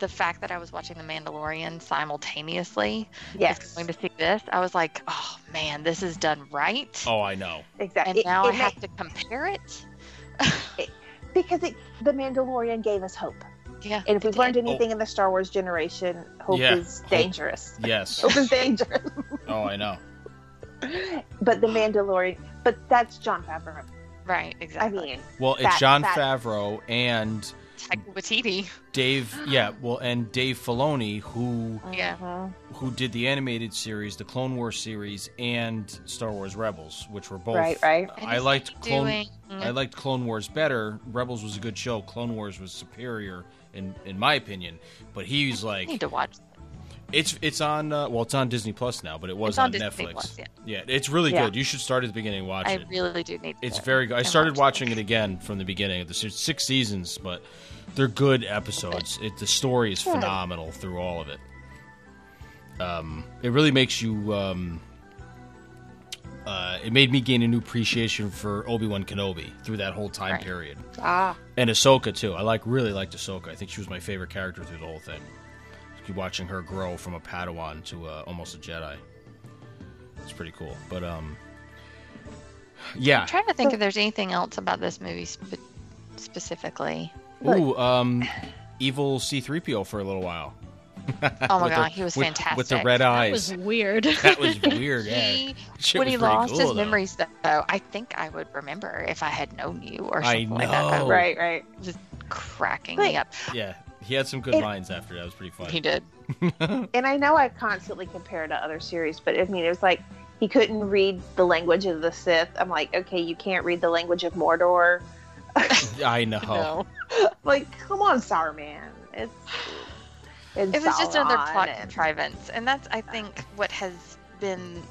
Speaker 3: the fact that I was watching The Mandalorian simultaneously
Speaker 4: yes,
Speaker 3: going to see this, I was like, oh man, this is done right.
Speaker 2: oh, I know.
Speaker 4: exactly.
Speaker 3: And
Speaker 4: It-
Speaker 3: now
Speaker 4: it
Speaker 3: I have
Speaker 4: may-
Speaker 3: to compare it.
Speaker 4: because it, The Mandalorian gave us hope.
Speaker 3: Yeah.
Speaker 4: And if we've
Speaker 3: it did.
Speaker 4: learned anything in the Star Wars generation, hope
Speaker 2: Yeah,
Speaker 4: is
Speaker 2: hope.
Speaker 4: dangerous.
Speaker 2: Yes.
Speaker 4: Hope is dangerous.
Speaker 2: Oh, I know.
Speaker 4: but the Mandalorian. But that's John Favreau.
Speaker 3: Right.
Speaker 4: I
Speaker 3: Exactly.
Speaker 4: mean,
Speaker 2: Well, it's
Speaker 4: That-
Speaker 2: John
Speaker 4: that-
Speaker 2: Favreau and
Speaker 3: Taika Waititi.
Speaker 2: Dave. Yeah. Well, and Dave Filoni, who
Speaker 3: Yeah.
Speaker 4: mhm.
Speaker 2: who did the animated series, the Clone Wars series, and Star Wars Rebels, which were both.
Speaker 4: Right, right.
Speaker 3: And
Speaker 2: I
Speaker 3: he's
Speaker 2: liked Clone.
Speaker 3: Doing.
Speaker 2: I liked Clone Wars better. Rebels was a good show. Clone Wars was superior in in my opinion. But he's
Speaker 3: I need
Speaker 2: like
Speaker 3: to watch.
Speaker 2: it's it's on uh, well it's on Disney Plus now, but it was
Speaker 3: It's on
Speaker 2: on,
Speaker 3: Disney
Speaker 2: Netflix.
Speaker 3: Plus, yeah.
Speaker 2: it's really
Speaker 4: Yeah.
Speaker 2: good. You should start at the beginning and watch
Speaker 3: I
Speaker 2: it.
Speaker 3: really do need.
Speaker 2: It's
Speaker 3: to.
Speaker 2: very good. I
Speaker 3: and
Speaker 2: started
Speaker 3: watch
Speaker 2: watching it again from the beginning. There's six seasons, but they're good episodes. It, the story is phenomenal through all of it. Um, it really makes you. Um, uh, it made me gain a new appreciation for Obi Wan Kenobi through that whole time
Speaker 3: Right.
Speaker 2: period,
Speaker 4: Ah,
Speaker 2: and Ahsoka too. I like really liked Ahsoka. I think she was my favorite character through the whole thing. Keep Watching her grow from a Padawan to uh, almost a Jedi. It's pretty cool. But um, yeah.
Speaker 3: I'm trying to think if there's anything else about this movie spe- specifically.
Speaker 4: Look.
Speaker 2: Ooh, um, evil C-3PO for a little while.
Speaker 3: Oh my
Speaker 2: With
Speaker 3: god,
Speaker 2: the-
Speaker 3: he was
Speaker 2: with-
Speaker 3: fantastic.
Speaker 2: With the red
Speaker 5: That
Speaker 2: eyes.
Speaker 5: was weird.
Speaker 2: That was weird. Yeah.
Speaker 3: He,
Speaker 2: Shit
Speaker 3: when
Speaker 2: was pretty
Speaker 3: he lost
Speaker 2: cool,
Speaker 3: his
Speaker 2: though.
Speaker 3: memories, though, I think I would remember if I had known you or
Speaker 2: I
Speaker 3: something like that.
Speaker 2: know.
Speaker 3: That
Speaker 4: right, right.
Speaker 3: was cracking
Speaker 4: Wait.
Speaker 3: me up.
Speaker 2: Yeah, he had some good
Speaker 4: It-
Speaker 2: lines after that. It was pretty
Speaker 3: He
Speaker 2: funny.
Speaker 3: did.
Speaker 4: And I know I constantly compare to other series, but I mean, it was like he couldn't read the language of the Sith. I'm like, okay, you can't read the language of Mordor.
Speaker 2: I know.
Speaker 3: No.
Speaker 4: Like, come on, Sour Man. It's, it's
Speaker 3: It was just another
Speaker 4: Sauron
Speaker 3: plot
Speaker 4: and-
Speaker 3: contrivance, and that's I think what has been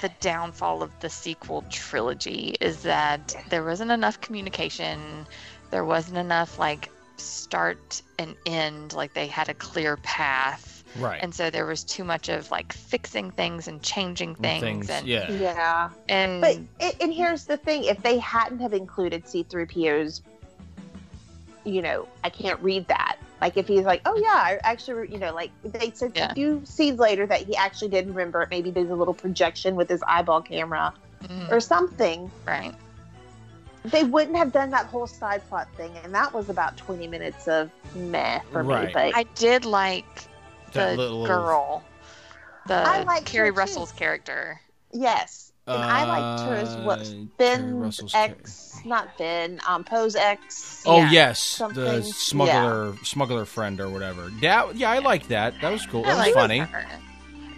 Speaker 3: the downfall of the sequel trilogy is that there wasn't enough communication, there wasn't enough like start and end, like they had a clear path,
Speaker 2: Right.
Speaker 3: and so there was too much of like fixing things and changing things, and
Speaker 2: yeah.
Speaker 4: Yeah.
Speaker 3: and
Speaker 4: But a- and here's the thing: if they hadn't have included C-3PO's, you know, I can't read that. Like if he's like, oh yeah, I actually, you know, like they said
Speaker 3: Yeah.
Speaker 4: a few scenes later that he actually did remember it. Maybe there's a little projection with his eyeball camera
Speaker 3: Mm,
Speaker 4: or something.
Speaker 3: right,
Speaker 4: They wouldn't have done that whole side plot thing, and that was about 20 minutes of meh for
Speaker 2: Right.
Speaker 4: me. But
Speaker 3: I did like
Speaker 2: That
Speaker 3: the
Speaker 2: little-
Speaker 3: girl, the
Speaker 4: I liked her
Speaker 3: Carrie
Speaker 4: too.
Speaker 3: Russell's character.
Speaker 4: yes, and I liked her as well.
Speaker 2: Uh, Kerry
Speaker 4: Ben's
Speaker 2: Russell's
Speaker 4: ex, not Ben, um, Poe's ex.
Speaker 2: Oh
Speaker 3: Yeah,
Speaker 2: yes, the
Speaker 4: something.
Speaker 2: smuggler, smuggler friend or whatever. That, yeah, I like that. That was cool.
Speaker 3: I
Speaker 2: That was
Speaker 3: like
Speaker 2: funny.
Speaker 3: her.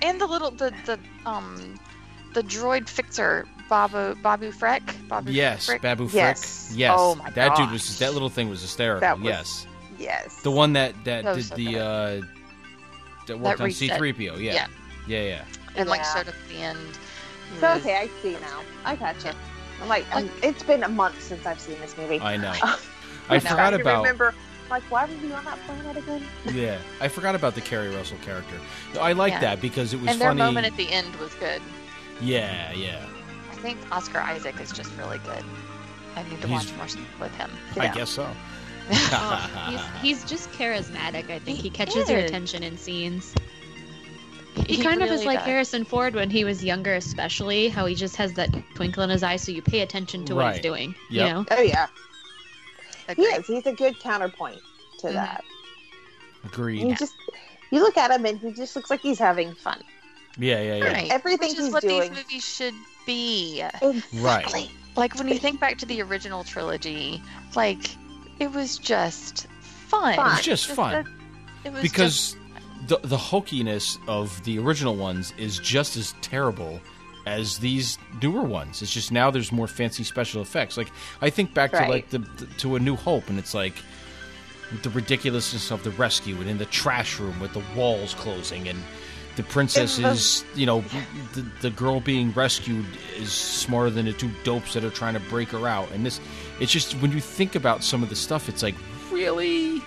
Speaker 3: And the little the the um the droid fixer Babu Babu Freck. Babu
Speaker 2: Yes,
Speaker 3: Freck.
Speaker 2: Babu Frick.
Speaker 4: Yes.
Speaker 2: Yes,
Speaker 3: Oh my
Speaker 2: that dude
Speaker 3: gosh.
Speaker 2: was that little thing was hysterical.
Speaker 4: That was-
Speaker 2: yes.
Speaker 4: Yes.
Speaker 2: The one that that
Speaker 3: That
Speaker 2: did
Speaker 3: was so
Speaker 2: the
Speaker 3: good.
Speaker 2: uh that worked on
Speaker 3: reset.
Speaker 2: C3PO. Yeah.
Speaker 3: Yeah.
Speaker 2: Yeah, yeah.
Speaker 3: and like
Speaker 4: Yeah.
Speaker 3: showed up at the end.
Speaker 4: So okay, I see now. I gotcha. I'm like, i it's been a month since I've seen this movie.
Speaker 2: I know. I
Speaker 3: I
Speaker 2: forgot
Speaker 4: to
Speaker 2: about
Speaker 4: Remember, like, why were we on that planet again?
Speaker 2: yeah. I forgot about the Carrie Russell character. No, I like
Speaker 3: Yeah.
Speaker 2: that because it was
Speaker 3: And their
Speaker 2: funny.
Speaker 3: moment at the end was good.
Speaker 2: yeah, yeah,
Speaker 3: I think Oscar Isaac is just really good. I need to
Speaker 2: He's-
Speaker 3: watch more stuff with him.
Speaker 2: I
Speaker 4: Yeah.
Speaker 2: guess so.
Speaker 3: Oh,
Speaker 5: he's, Oh, he's just charismatic. I think he, catches your
Speaker 3: is.
Speaker 5: attention in scenes. He, kind of is
Speaker 3: really
Speaker 5: like
Speaker 3: does.
Speaker 5: Harrison Ford when he was younger, especially how he just has that twinkle in his eye, so you pay attention to what
Speaker 2: Right.
Speaker 5: he's doing.
Speaker 2: Yep.
Speaker 5: You know,
Speaker 4: Oh yeah,
Speaker 3: Agreed.
Speaker 4: yes, he's a good counterpoint to
Speaker 5: Mhm.
Speaker 2: Mm-hmm.
Speaker 4: that. You
Speaker 2: Agreed.
Speaker 4: just, you look at him and he just looks like he's having fun.
Speaker 2: Yeah, yeah, yeah.
Speaker 3: Right.
Speaker 4: Everything
Speaker 3: Which is
Speaker 4: he's
Speaker 3: what
Speaker 4: doing.
Speaker 3: these movies should be.
Speaker 4: Exactly.
Speaker 3: Like when you think back to the original trilogy, like it was just fun.
Speaker 4: Fun. It
Speaker 2: was just fun.
Speaker 3: a- it was just
Speaker 2: Because the the hokiness of the original ones is just as terrible as these newer ones. It's just now there's more fancy special effects. Like I think back to
Speaker 4: Right.
Speaker 2: like the, to A New Hope, and it's like the ridiculousness of the rescue and in the trash room with the walls closing and the princess
Speaker 4: And the-
Speaker 2: is you know the, the girl being rescued is smarter than the two dopes that are trying to break her out and this it's just when you think about some of the stuff it's like really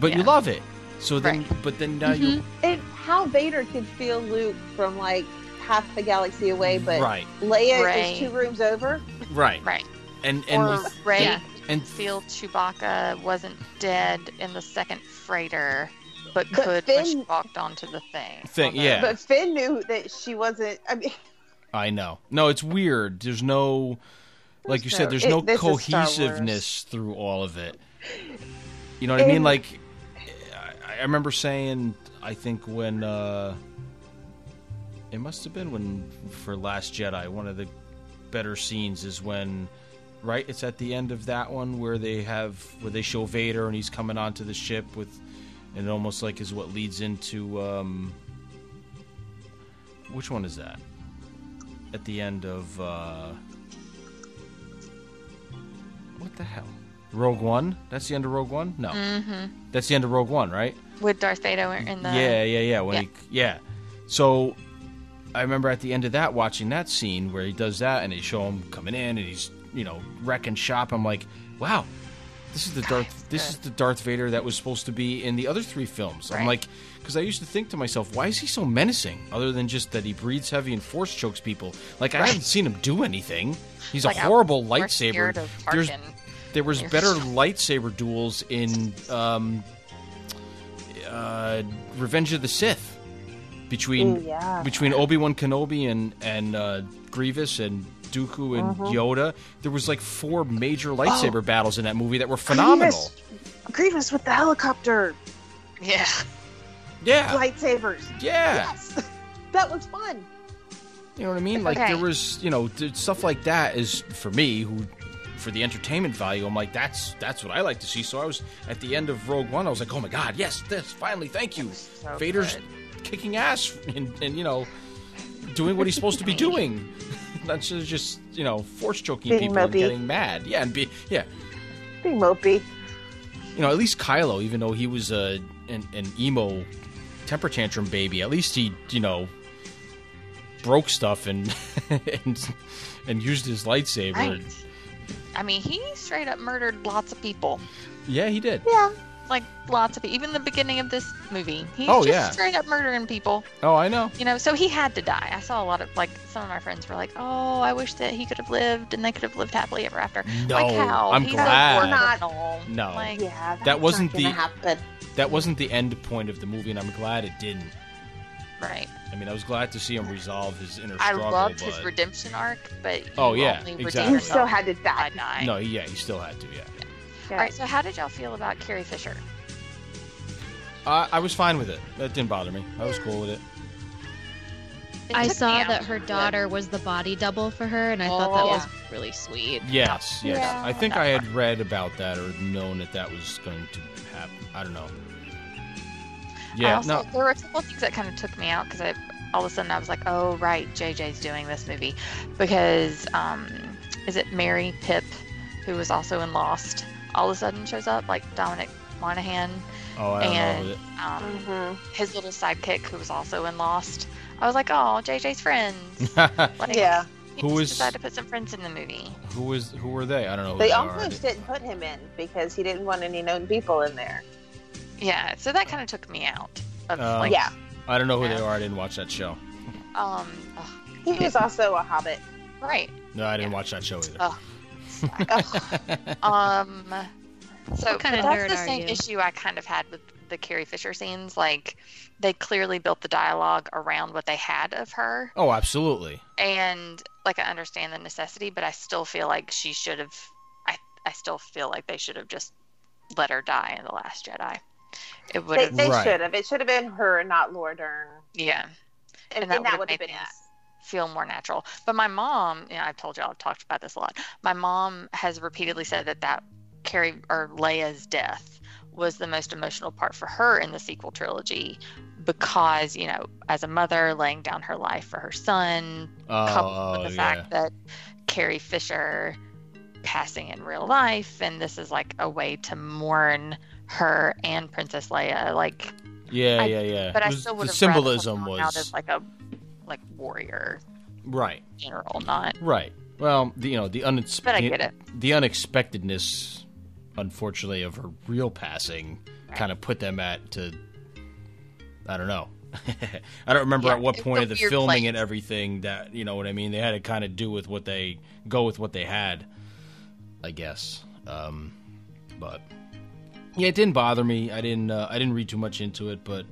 Speaker 2: but you
Speaker 3: Yeah.
Speaker 2: love it so then but then now you
Speaker 4: And how Vader could feel Luke from like half the galaxy away, but
Speaker 2: right
Speaker 4: Leia
Speaker 3: Right.
Speaker 4: is two rooms over.
Speaker 2: right
Speaker 3: right.
Speaker 2: and and
Speaker 3: or Ray
Speaker 5: Yeah.
Speaker 2: and
Speaker 3: feel Chewbacca wasn't dead in the second freighter, but
Speaker 4: But
Speaker 3: could when
Speaker 4: Finn-
Speaker 3: she walked onto the thing.
Speaker 2: Thing,
Speaker 3: on the-
Speaker 2: yeah.
Speaker 4: But Finn knew that she wasn't. I mean,
Speaker 2: I know. No, it's weird. There's no, like you said,
Speaker 4: There's
Speaker 2: there's
Speaker 4: no-
Speaker 2: no
Speaker 4: it- this is Star Wars.
Speaker 2: cohesiveness through all of it. You know what I mean? Like, I, I remember saying, I think when uh, it must have been when for Last Jedi, one of the better scenes is when, right? It's at the end of that one where they have where they show Vader and he's coming onto the ship with, and it almost like is what leads into um, which one is that? At the end of uh, what the hell? Rogue One? That's the end of Rogue One? No,
Speaker 3: Mm-hmm.
Speaker 2: that's the end of Rogue One, right?
Speaker 3: With Darth Vader in the
Speaker 2: yeah, yeah, yeah. When
Speaker 3: Yeah.
Speaker 2: He, yeah. So I remember at the end of that watching that scene where he does that and they show him coming in and he's you know wrecking shop. I'm like, wow, this is the Darth. This
Speaker 3: good.
Speaker 2: is the Darth Vader that was supposed to be in the other three films. I'm
Speaker 3: Right.
Speaker 2: like, because I used to think to myself, why is he so menacing? Other than just that he breathes heavy and force chokes people. Like I haven't seen him do anything. He's
Speaker 3: Like,
Speaker 2: a
Speaker 3: I'm
Speaker 2: horrible
Speaker 3: more
Speaker 2: lightsaber.
Speaker 3: scared of
Speaker 2: There's
Speaker 3: Tarkin.
Speaker 2: there was
Speaker 3: Yes.
Speaker 2: better lightsaber duels in um, uh, Revenge of the Sith between
Speaker 4: Ooh, yeah.
Speaker 2: between Obi Wan Kenobi and and uh, Grievous and Dooku
Speaker 4: Mm-hmm.
Speaker 2: and Yoda. There was like four major lightsaber battles in that movie that were phenomenal.
Speaker 4: Grievous, Grievous with the helicopter
Speaker 3: Yeah.
Speaker 2: Yeah,
Speaker 4: lightsabers.
Speaker 2: yeah.
Speaker 4: Yes, that was fun.
Speaker 2: You know what I mean? Like
Speaker 3: Okay.
Speaker 2: there was, you know, th- stuff like that is for me who for the entertainment value, I'm like that's that's what I like to see. So I was at the end of Rogue One, I was like, "Oh my god, yes, this finally. Thank you." Vader's kicking ass and, and you know doing what he's supposed to be doing. Not just just, you know, force choking
Speaker 4: Being
Speaker 2: people and
Speaker 4: mopey.
Speaker 2: getting mad. Yeah, and be yeah,
Speaker 4: Be mopey.
Speaker 2: you know, at least Kylo, even though he was a an, an emo temper tantrum baby, at least he, you know, broke stuff and and, and used his lightsaber.
Speaker 3: Right. I mean, he straight up murdered lots of people.
Speaker 2: Yeah, he did.
Speaker 4: Yeah.
Speaker 3: Like lots of people. Even the beginning of this movie, he's
Speaker 2: Oh,
Speaker 3: just
Speaker 2: yeah.
Speaker 3: straight up murdering people.
Speaker 2: Oh, I know.
Speaker 3: You know, so he had to die. I saw a lot of like some of my friends were like, "Oh, I wish that he could have lived and they could have lived happily ever after."
Speaker 2: No,
Speaker 3: like how?
Speaker 2: I'm
Speaker 3: he's
Speaker 2: glad.
Speaker 3: A criminal.
Speaker 2: No.
Speaker 3: Like,
Speaker 4: Yeah. That's
Speaker 2: wasn't
Speaker 4: not gonna
Speaker 2: the-
Speaker 4: happen.
Speaker 2: That wasn't the end point of the movie, and I'm glad it didn't.
Speaker 3: right.
Speaker 2: I mean, I was glad to see him resolve his inner
Speaker 3: I
Speaker 2: struggle.
Speaker 3: loved
Speaker 2: but...
Speaker 3: his redemption arc, but you
Speaker 2: Oh, yeah,
Speaker 3: only
Speaker 2: exactly.
Speaker 3: redeem
Speaker 4: You still
Speaker 3: yourself
Speaker 4: had to die.
Speaker 3: by dying.
Speaker 2: No, yeah, he still had to. Yeah,
Speaker 3: All right. So, how did y'all feel about Carrie Fisher?
Speaker 2: I, I was fine with it. That didn't bother me. I was cool with it.
Speaker 3: It
Speaker 5: I
Speaker 3: took
Speaker 5: saw
Speaker 3: me out
Speaker 5: that
Speaker 3: of
Speaker 5: her
Speaker 3: it.
Speaker 5: daughter was the body double for her, and I thought that
Speaker 3: Oh.
Speaker 5: was really sweet.
Speaker 2: Yes, yes.
Speaker 4: Yeah.
Speaker 2: I think I had read about that or known that that was going to happen. I don't know.
Speaker 3: I
Speaker 2: Yeah, no.
Speaker 3: also, There were a couple of things that kind of took me out because I all of a sudden I was like, oh right, JJ's doing this movie because um, is it Mary Pip, who was also in Lost, all of a sudden shows up like Dominic Monaghan,
Speaker 2: Oh, I don't
Speaker 3: and-
Speaker 2: know.
Speaker 3: um,
Speaker 4: Mm-hmm.
Speaker 3: his little sidekick who was also in Lost. I was like, oh, JJ's friends.
Speaker 2: that-
Speaker 3: Like,
Speaker 4: Yeah.
Speaker 3: he
Speaker 2: Who
Speaker 3: just
Speaker 2: is-
Speaker 3: decided to put some friends in the movie?
Speaker 2: who was who were they? I don't know. who
Speaker 4: They
Speaker 2: are.
Speaker 4: almost didn't put him in because he didn't want any known people in there.
Speaker 3: Yeah, so that kind of took me out. Of,
Speaker 2: Uh,
Speaker 3: like,
Speaker 4: yeah.
Speaker 2: I don't know who they are. I didn't watch that show.
Speaker 3: Um, ugh,
Speaker 4: He was also a hobbit.
Speaker 3: right.
Speaker 2: No, I didn't watch that show either.
Speaker 3: Oh. um so
Speaker 5: What kind
Speaker 3: but that's
Speaker 5: of nerd
Speaker 3: the
Speaker 5: are
Speaker 3: same
Speaker 5: you?
Speaker 3: issue i kind of had with the carrie fisher scenes like they clearly built the dialogue around what they had of her
Speaker 2: oh, absolutely.
Speaker 3: and like i understand the necessity but i still feel like she should have i i still feel like they should have just let her die in the last jedi it would
Speaker 4: They,
Speaker 3: have
Speaker 4: they
Speaker 2: Right.
Speaker 4: should have. It should have been her, not Laura Dern.
Speaker 3: yeah
Speaker 4: And,
Speaker 3: And that
Speaker 4: and that
Speaker 3: would
Speaker 4: would
Speaker 3: have
Speaker 4: have
Speaker 3: made
Speaker 4: been
Speaker 3: things feel more natural. But my mom, you know, I've told y'all, I've talked about this a lot. My mom has repeatedly said that that Carrie or Leia's death was the most emotional part for her in the sequel trilogy because, you know, as a mother laying down her life for her son, coupled
Speaker 2: Oh,
Speaker 3: with the
Speaker 2: yeah.
Speaker 3: fact that Carrie Fisher passing in real life, and this is like a way to mourn her and Princess Leia, like
Speaker 2: Yeah,
Speaker 3: I-
Speaker 2: yeah, yeah.
Speaker 3: but
Speaker 2: It
Speaker 3: I
Speaker 2: was-
Speaker 3: still
Speaker 2: the
Speaker 3: would have
Speaker 2: symbolism
Speaker 3: out as
Speaker 2: was
Speaker 3: like a like warrior
Speaker 2: right,
Speaker 3: general, not.
Speaker 2: right. Well, the, you know the unex-
Speaker 3: But I get it.
Speaker 2: the unexpectedness, unfortunately, of her real passing kind of put them at to. I don't know. I don't remember
Speaker 3: Yeah,
Speaker 2: at what
Speaker 3: it's
Speaker 2: point
Speaker 3: a
Speaker 2: of the
Speaker 3: weird
Speaker 2: filming
Speaker 3: place.
Speaker 2: and everything that you know what I mean. They had to kind of do with what they go with what they had, I guess. Um, but yeah, it didn't bother me. I didn't. Uh, I didn't read too much into it, but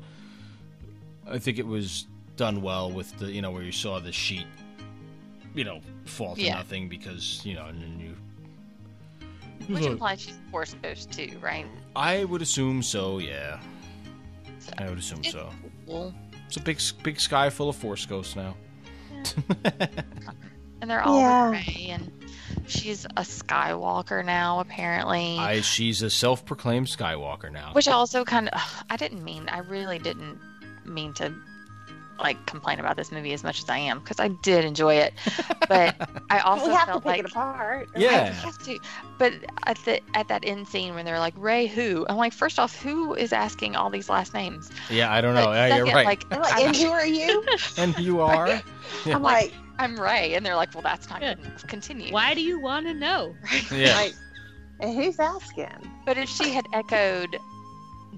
Speaker 2: I think it was done well with the you know where you saw the sheet, you know, fall to
Speaker 3: Yeah.
Speaker 2: nothing because you know and then you
Speaker 3: Which implies she's Force Ghost too, right?
Speaker 2: I would assume so. Yeah,
Speaker 3: So,
Speaker 2: I would assume so.
Speaker 3: cool.
Speaker 2: It's a big, s- big sky full of force ghosts now.
Speaker 3: And they're all
Speaker 4: Yeah.
Speaker 3: gray, and she's a Skywalker now, apparently.
Speaker 2: I, she's a self-proclaimed Skywalker now.
Speaker 3: Which also kind of, I didn't mean, I really didn't mean to like complain about this movie as much as I am because I did enjoy it, but I also
Speaker 4: we have to
Speaker 3: felt
Speaker 4: pick
Speaker 3: like
Speaker 4: it apart.
Speaker 3: I
Speaker 2: Yeah.
Speaker 3: have to. But at the at that end scene when they're like Ray, who I'm like, first off, who is asking all these last names?
Speaker 2: yeah, I don't know.
Speaker 3: But
Speaker 2: Yeah, you're
Speaker 3: second,
Speaker 2: right.
Speaker 3: Like,
Speaker 4: I'm like,
Speaker 3: I'm,
Speaker 4: and who are you?
Speaker 2: and you are.
Speaker 4: I'm like,
Speaker 3: I'm Ray, and they're like, well, that's not
Speaker 5: Good.
Speaker 3: good enough. Continue.
Speaker 5: Why do you want to know?
Speaker 2: Yeah.
Speaker 4: like, and who's asking?
Speaker 3: But if she had echoed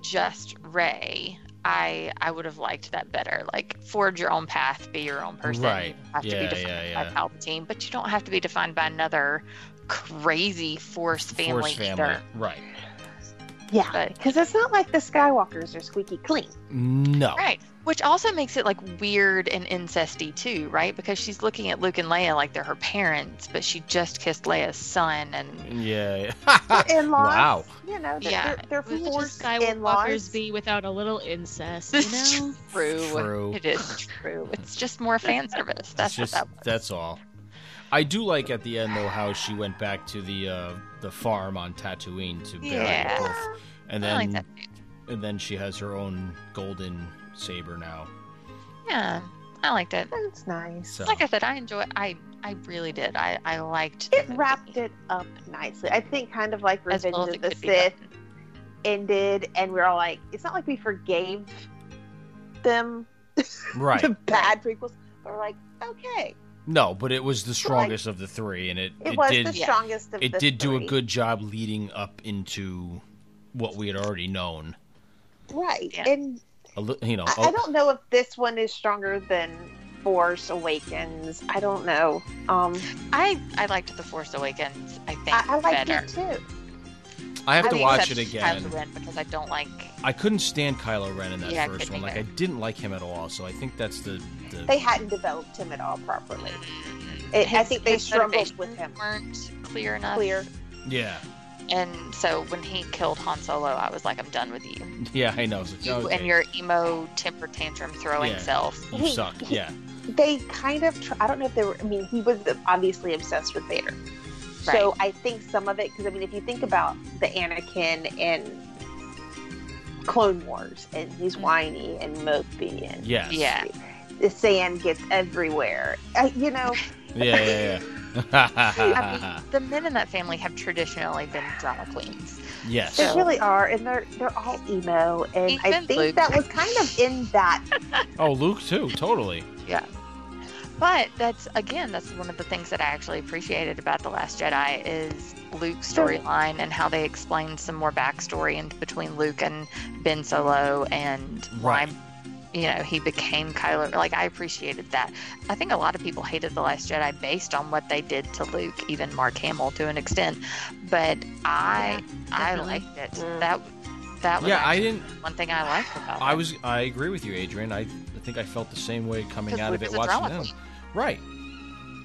Speaker 3: just Ray, I I would have liked that better. Like forge your own path, be your own person.
Speaker 2: Right.
Speaker 3: You have to
Speaker 2: Yeah,
Speaker 3: be defined
Speaker 2: yeah, yeah.
Speaker 3: by Palpatine, but you don't have to be defined by another crazy force family
Speaker 2: Force family.
Speaker 3: either.
Speaker 2: Right.
Speaker 4: Yeah,
Speaker 3: But-
Speaker 4: because it's not like the Skywalkers are squeaky clean.
Speaker 2: No.
Speaker 3: Right. Which also makes it like weird and incesty too, right? Because she's looking at Luke and Leia like they're her parents, but she just kissed Leia's son and
Speaker 2: Yeah.
Speaker 4: In laws,
Speaker 2: Wow.
Speaker 4: you know, they're,
Speaker 3: Yeah.
Speaker 4: they're,
Speaker 5: What
Speaker 4: they're
Speaker 5: would
Speaker 4: forced
Speaker 5: Skywalkers
Speaker 4: in-laws.
Speaker 5: be without a little incest?
Speaker 3: this
Speaker 5: You know?
Speaker 3: is true.
Speaker 2: True.
Speaker 3: It is true. It's just more fan service.
Speaker 2: That's
Speaker 3: That's
Speaker 2: just
Speaker 3: what that was.
Speaker 2: that's all. I do like at the end though how she went back to the uh, the farm on Tatooine to bury
Speaker 3: Yeah.
Speaker 2: Wolf, and
Speaker 3: I like
Speaker 2: then
Speaker 3: that.
Speaker 2: and then she has her own golden saber now.
Speaker 3: Yeah. I liked it.
Speaker 4: That's nice.
Speaker 2: So
Speaker 3: Like I said, I enjoy. I I really did. I I liked. the
Speaker 4: It
Speaker 3: movie
Speaker 4: wrapped it up nicely. I think kind of like
Speaker 3: as
Speaker 4: Revenge
Speaker 3: well as
Speaker 4: of
Speaker 3: it
Speaker 4: the
Speaker 3: could be
Speaker 4: Sith
Speaker 3: done.
Speaker 4: ended, and we are all like, it's not like we forgave them
Speaker 2: right,
Speaker 4: the bad prequels, but we're like, okay,
Speaker 2: no, but it was the strongest of the three, and it
Speaker 4: it,
Speaker 2: it,
Speaker 4: was
Speaker 2: did
Speaker 4: the strongest of
Speaker 2: it
Speaker 4: the
Speaker 2: did do a
Speaker 4: three.
Speaker 2: good job leading up into what we had already known.
Speaker 4: right,
Speaker 3: Yeah.
Speaker 4: and
Speaker 2: A li- you know, oh,
Speaker 4: I, I don't know if this one is stronger than Force Awakens. I don't know. Um,
Speaker 3: I I liked the Force Awakens. I think
Speaker 4: I, I liked
Speaker 3: better.
Speaker 4: it too.
Speaker 2: I have to
Speaker 3: With the
Speaker 2: watch it
Speaker 3: exception of
Speaker 2: again.
Speaker 3: Kylo Ren, because I don't like.
Speaker 2: I couldn't stand Kylo Ren in that
Speaker 3: Yeah, I
Speaker 2: first one.
Speaker 3: couldn't
Speaker 2: Like I
Speaker 3: either.
Speaker 2: didn't like him at all. So I think that's the, the
Speaker 4: They hadn't developed him at all properly.
Speaker 3: mm,
Speaker 4: It, I
Speaker 3: his-
Speaker 4: think they
Speaker 3: his
Speaker 4: struggled
Speaker 3: motivations
Speaker 4: with him.
Speaker 3: Weren't clear enough.
Speaker 4: Clear.
Speaker 2: yeah
Speaker 3: And so when he killed Han Solo, I was like, I'm done with you.
Speaker 2: yeah I know. It's like,
Speaker 3: You
Speaker 2: okay,
Speaker 3: and your emo temper tantrum throwing
Speaker 2: Yeah.
Speaker 3: self.
Speaker 2: you suck. Yeah,
Speaker 4: They kind of. Tr- I don't know if they were. I mean, he was obviously obsessed with Vader. So I think some of it, because I mean, if you think about the Anakin and Clone Wars, and he's whiny and mopey, and
Speaker 2: yes.
Speaker 3: Mm-hmm. Yeah.
Speaker 4: the sand gets everywhere. Uh, you know,
Speaker 2: yeah, yeah,
Speaker 3: I
Speaker 2: yeah.
Speaker 3: mean, the men in that family have traditionally been drama queens.
Speaker 2: yes.
Speaker 4: They
Speaker 3: So-
Speaker 4: really are, and they're they're all emo, and I
Speaker 3: Even
Speaker 4: think
Speaker 3: Luke.
Speaker 4: that was kind of in that.
Speaker 2: Oh, Luke too. Totally.
Speaker 3: But that's again, that's one of the things that I actually appreciated about the Last Jedi is Luke's storyline and how they explained some more backstory in between Luke and Ben Solo and why,
Speaker 2: Right.
Speaker 3: you know, he became Kylo. Like I appreciated that. I think a lot of people hated the Last Jedi based on what they did to Luke, even Mark Hamill to an extent. But I, I
Speaker 5: definitely.
Speaker 3: liked it.
Speaker 4: Mm.
Speaker 3: That, that was
Speaker 2: Yeah, I
Speaker 3: actually
Speaker 2: didn't.
Speaker 3: one thing I liked about.
Speaker 2: I
Speaker 3: it.
Speaker 2: was. I agree with you, Adrian. I, I think I felt the same way coming
Speaker 3: Because
Speaker 2: out of
Speaker 3: Luke
Speaker 2: it
Speaker 3: is a drama
Speaker 2: watching them. Right.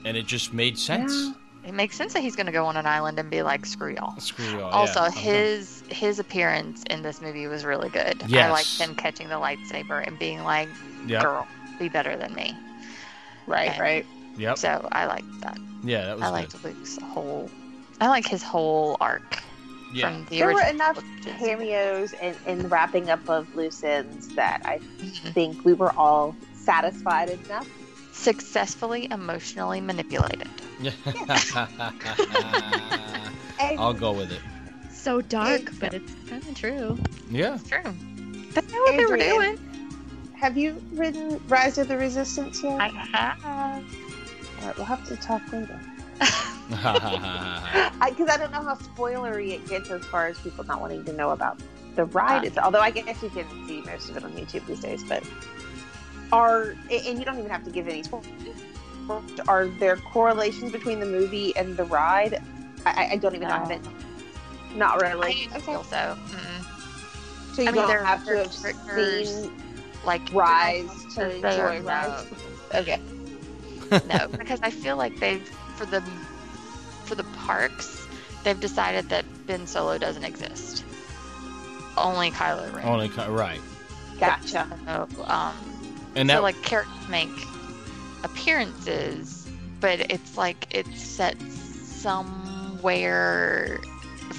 Speaker 2: And it just made sense.
Speaker 3: It makes sense that he's going to go on an island and be like, "Screw y'all."
Speaker 2: Screw you. all,
Speaker 3: Also,
Speaker 2: yeah.
Speaker 3: his his appearance in this movie was really good. I
Speaker 2: Yes.
Speaker 3: liked him catching the lightsaber and being like,
Speaker 2: Yep.
Speaker 3: "Girl, be better than me."
Speaker 4: Right,
Speaker 3: And
Speaker 4: right.
Speaker 2: Yep.
Speaker 3: So I liked that.
Speaker 2: Yeah, that was
Speaker 3: I
Speaker 2: good.
Speaker 3: liked Luke's whole. I like his whole arc
Speaker 2: Yeah.
Speaker 3: from the
Speaker 4: There were
Speaker 3: original.
Speaker 4: enough
Speaker 3: which is-
Speaker 4: cameos and, and wrapping up of loose ends that I
Speaker 3: Mhm.
Speaker 4: think we were all satisfied enough.
Speaker 3: Successfully emotionally manipulated.
Speaker 4: And
Speaker 2: I'll go with it.
Speaker 5: So dark, but it's kind of true.
Speaker 2: Yeah.
Speaker 3: It's true. That's not what they were
Speaker 4: Adrian.
Speaker 3: doing.
Speaker 4: have you written Rise of the Resistance yet?
Speaker 3: I have.
Speaker 4: All right, we'll have to talk later. Because I, don't know how spoilery it gets as far as people not wanting to know about the
Speaker 3: Ah.
Speaker 4: ride. It's, although I guess you can see most of it on YouTube these days, but are a- and you don't even have to give any spoilers. Are there correlations between the movie and the ride? I- I, I don't even know. I
Speaker 3: No.
Speaker 4: haven't. Not
Speaker 3: I
Speaker 4: really.
Speaker 3: didn't feel so. Mm-mm.
Speaker 4: So you
Speaker 3: I mean,
Speaker 4: don't
Speaker 3: there
Speaker 4: have
Speaker 3: are
Speaker 4: to have
Speaker 3: characters
Speaker 4: seen
Speaker 3: Like
Speaker 4: Rise to
Speaker 3: they are
Speaker 4: enjoy
Speaker 3: not-
Speaker 4: Rise. Okay.
Speaker 3: no, because I feel like they've for the for the parks They've decided that Ben Solo doesn't exist. Only Kylo Ren.
Speaker 2: Only Ky- right.
Speaker 4: Gotcha.
Speaker 3: So, um,
Speaker 2: And
Speaker 3: so
Speaker 2: that
Speaker 3: like characters make appearances, but it's like it's set somewhere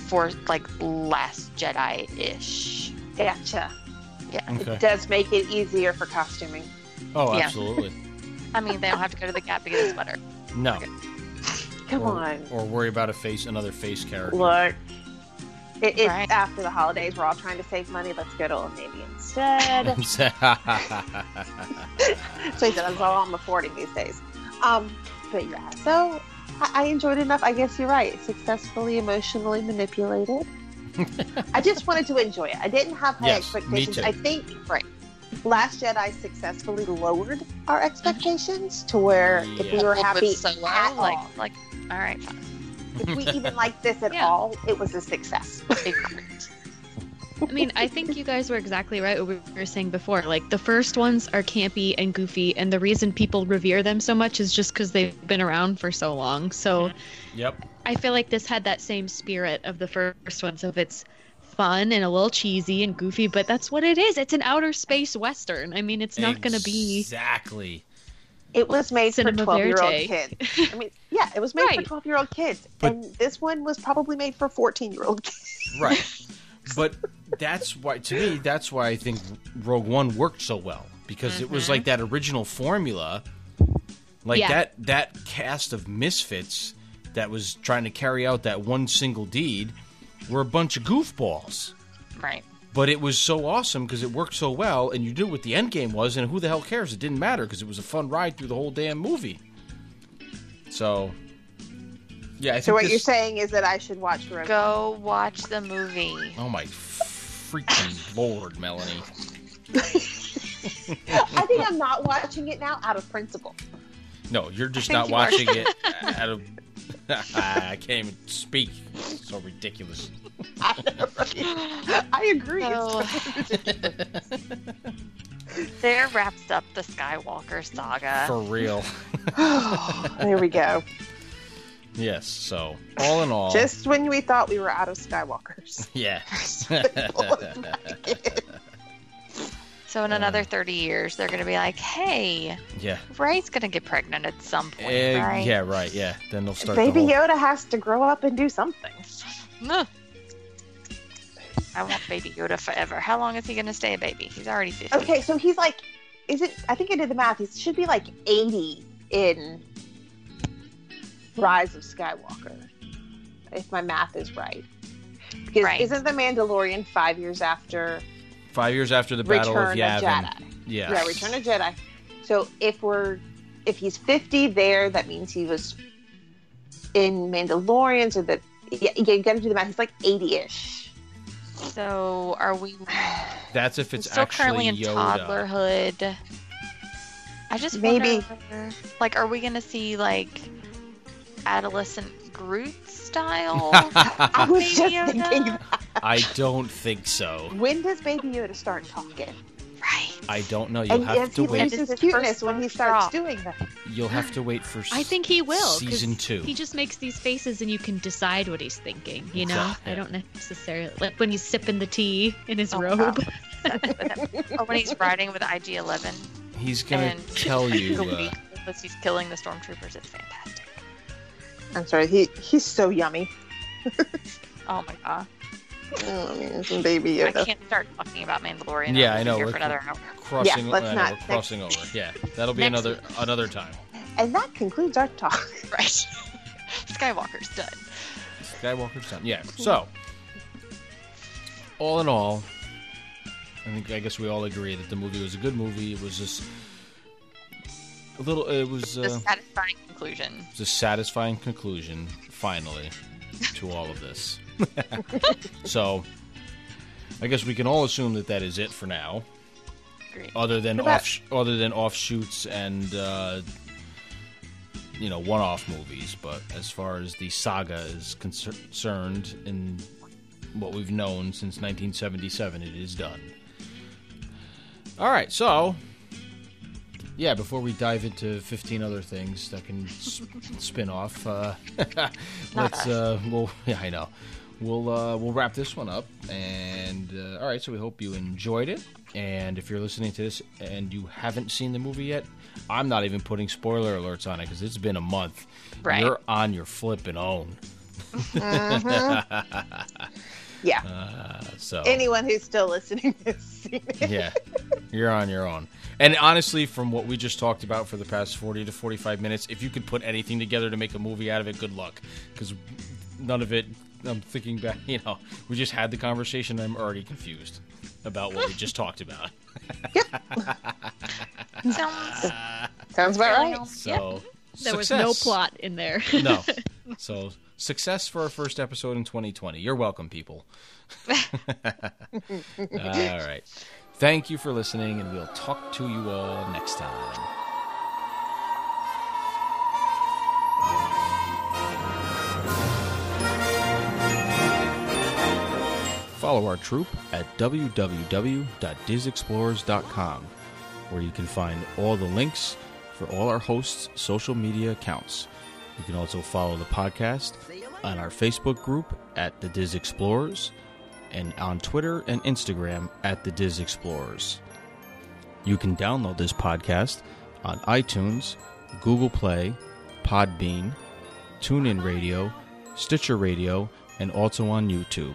Speaker 3: for like Last Jedi ish.
Speaker 4: Gotcha.
Speaker 2: okay.
Speaker 4: It does make it easier for costuming.
Speaker 2: Oh,
Speaker 3: yeah.
Speaker 2: absolutely.
Speaker 3: I mean, they don't have to go to the Gap to get a sweater.
Speaker 2: No.
Speaker 4: Come
Speaker 2: or,
Speaker 4: on.
Speaker 2: Or worry about a face, another face character.
Speaker 4: Look. It, it's
Speaker 3: Right.
Speaker 4: after the holidays. We're all trying to save money. Let's go to Old Navy instead. Please, that's all I'm affording these days. Um, but yeah, so I, I enjoyed it enough. I guess you're right. Successfully emotionally manipulated. I just wanted to enjoy it. I didn't have high
Speaker 2: Yes, me
Speaker 4: expectations.
Speaker 2: too.
Speaker 4: I think
Speaker 3: Right.
Speaker 4: Last Jedi successfully lowered our expectations to where if we
Speaker 2: Yeah.
Speaker 4: were
Speaker 3: Coupled
Speaker 4: happy
Speaker 3: with Solo,
Speaker 4: at all,
Speaker 3: like, like, all right, fine.
Speaker 4: if we even liked this at
Speaker 3: Yeah.
Speaker 4: all, it was a success.
Speaker 3: Agreed.
Speaker 5: I mean, I think you guys were exactly right what we were saying before. Like the first ones are campy and goofy, and the reason people revere them so much is just because they've been around for so long. So
Speaker 2: yep.
Speaker 5: I feel like this had that same spirit of the first ones of it's fun and a little cheesy and goofy, but that's what it is. It's an outer space western. I mean, it's not going to be
Speaker 2: Exactly.
Speaker 4: It was made
Speaker 5: Cinema
Speaker 4: for 12 year old
Speaker 5: Verde.
Speaker 4: kids. I mean, yeah, it was made for
Speaker 5: Right.
Speaker 4: 12 year old kids.
Speaker 2: But-
Speaker 4: and this one was probably made for 14 year old kids.
Speaker 2: Right. But that's why, to me, that's why I think Rogue One worked so well because it was
Speaker 3: Mhm.
Speaker 2: like that original formula, like
Speaker 5: Mm-hmm. Yeah.
Speaker 2: that that cast of misfits that was trying to carry out that one single deed were a bunch of goofballs.
Speaker 3: Right.
Speaker 2: But it was so awesome because it worked so well, and you knew what the end game was, and who the hell cares? It didn't matter because it was a fun ride through the whole damn movie. So, yeah, I think
Speaker 4: So, what
Speaker 2: this-
Speaker 4: you're saying is that I should watch Rogue
Speaker 3: Go watch the movie.
Speaker 2: Oh my freaking lord, Melanie!
Speaker 4: I think I'm not watching it now out of principle.
Speaker 2: No, you're just not
Speaker 3: think you are.
Speaker 2: watching it out of. I can't even speak. So ridiculous.
Speaker 4: I agree.
Speaker 3: So,
Speaker 5: Oh,
Speaker 3: there wraps up the Skywalker saga.
Speaker 2: For real.
Speaker 4: there we go.
Speaker 2: Yes, so all in all.
Speaker 4: Just when we thought we were out of Skywalkers.
Speaker 2: Yeah.
Speaker 3: So in another 30 years, they're going to be like, hey,
Speaker 2: yeah.
Speaker 3: Ray's going to get pregnant at some point,
Speaker 2: Eh,
Speaker 3: right?
Speaker 2: Yeah, right, yeah. Then they'll start.
Speaker 4: Baby
Speaker 2: the whole...
Speaker 4: Yoda has to grow up and do something.
Speaker 3: Ugh. I want Baby Yoda forever. How long is he going to stay a baby? He's already 50.
Speaker 4: Okay, so he's like, is it? I think I did the math. He should be like 80 in Rise of Skywalker, if my math is right. Because
Speaker 3: Right.
Speaker 4: isn't the Mandalorian five years after
Speaker 2: Five years after the Battle
Speaker 4: Return
Speaker 2: of
Speaker 4: of,
Speaker 2: Yavin.
Speaker 4: Jedi?
Speaker 2: Yeah.
Speaker 4: Yeah, Return of Jedi. So if we're if he's 50 there, that means he was in Mandalorian. So that yeah, you got to do the math. He's like 80ish.
Speaker 3: So are we
Speaker 2: That's if it's
Speaker 3: still
Speaker 2: actually
Speaker 3: currently in
Speaker 2: Yoda.
Speaker 3: toddlerhood? I just
Speaker 4: Maybe.
Speaker 3: wonder, like, are we going to see, like, adolescent Groot style?
Speaker 4: I was just
Speaker 3: Baby Yoda?
Speaker 4: thinking, that.
Speaker 2: I don't think so.
Speaker 4: when does Baby Yoda start talking?
Speaker 3: Right.
Speaker 2: I don't know. You'll
Speaker 4: And
Speaker 2: have
Speaker 4: yes,
Speaker 2: to
Speaker 4: he
Speaker 2: wait.
Speaker 4: loses
Speaker 3: It's his
Speaker 4: his cuteness
Speaker 3: first
Speaker 4: when he
Speaker 3: first
Speaker 4: starts
Speaker 3: drop.
Speaker 4: doing that.
Speaker 2: You'll have to wait for.
Speaker 5: I think he will. 'cause
Speaker 2: Season two.
Speaker 5: He just makes these faces, and you can decide what he's thinking. You know,
Speaker 2: Exactly.
Speaker 5: I don't necessarily like when he's sipping the tea in his
Speaker 3: Oh, wow.
Speaker 5: robe.
Speaker 3: Or Oh, when he's riding with IG 11.
Speaker 2: He's gonna
Speaker 3: and-
Speaker 2: tell you. Uh,
Speaker 3: Because he's killing the stormtroopers. It's fantastic.
Speaker 4: I'm sorry, he he's so yummy.
Speaker 3: Oh my god.
Speaker 4: Oh, man, it's a baby
Speaker 3: I
Speaker 4: Yoda.
Speaker 3: can't start talking about Mandalorian.
Speaker 2: Yeah,
Speaker 3: I'll
Speaker 2: I
Speaker 3: be
Speaker 2: know,
Speaker 3: Here
Speaker 2: we're-
Speaker 3: for another hour.
Speaker 2: crossing.
Speaker 4: Yeah, let's
Speaker 2: I know,
Speaker 4: not-
Speaker 2: we're crossing over. Yeah, that'll be
Speaker 3: Next
Speaker 2: another another time.
Speaker 4: And that concludes our talk.
Speaker 3: Right. Skywalker's done.
Speaker 2: Skywalker's son. Yeah. So, all in all, I think I guess we all agree that the movie was a good movie. It was just a little. It was.
Speaker 3: The
Speaker 2: Uh,
Speaker 3: satisfying conclusion.
Speaker 2: It's a satisfying conclusion, finally, to all of this. so, I guess we can all assume that that is it for now,
Speaker 3: Great.
Speaker 2: other than
Speaker 4: What about-
Speaker 2: off, other than offshoots and uh, you know one-off movies. But as far as the saga is concer- concerned, in what we've known since 1977, it is done. All right, so yeah, before we dive into 15 other things that can s- spin off, uh, let's. Uh, well, yeah, I know. We'll uh, we'll wrap this one up, and uh, all right. So we hope you enjoyed it. And if you're listening to this and you haven't seen the movie yet, I'm not even putting spoiler alerts on it because it's been a month.
Speaker 3: Right.
Speaker 2: You're on your flipping own.
Speaker 4: Yeah.
Speaker 2: Uh, so
Speaker 4: Anyone who's still listening has seen it.
Speaker 2: yeah, you're on your own. And honestly, from what we just talked about for the past 40 to 45 minutes, if you could put anything together to make a movie out of it, good luck. Because none of it, I'm thinking back, you know, we just had the conversation and I'm already confused about what we just talked about.
Speaker 3: Sounds
Speaker 4: Sounds about right.
Speaker 2: So,
Speaker 5: There was
Speaker 2: success.
Speaker 5: no plot in there.
Speaker 2: No. So, success for our first episode in 2020. You're welcome, people. all right. Thank you for listening, and we'll talk to you all next time. Follow our troop at www.disexplorers.com, where you can find all the links for all our hosts' social media accounts. You can also follow the podcast on our Facebook group at The Diz Explorers and on Twitter and Instagram at The Diz Explorers. You can download this podcast on iTunes, Google Play, Podbean, TuneIn Radio, Stitcher Radio, and also on YouTube.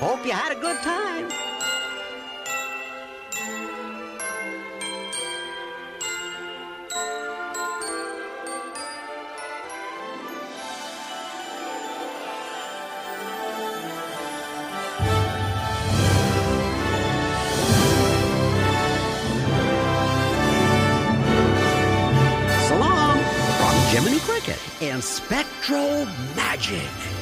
Speaker 6: Hope you had a good time. So long from Jiminy Cricket and Spectro Magic.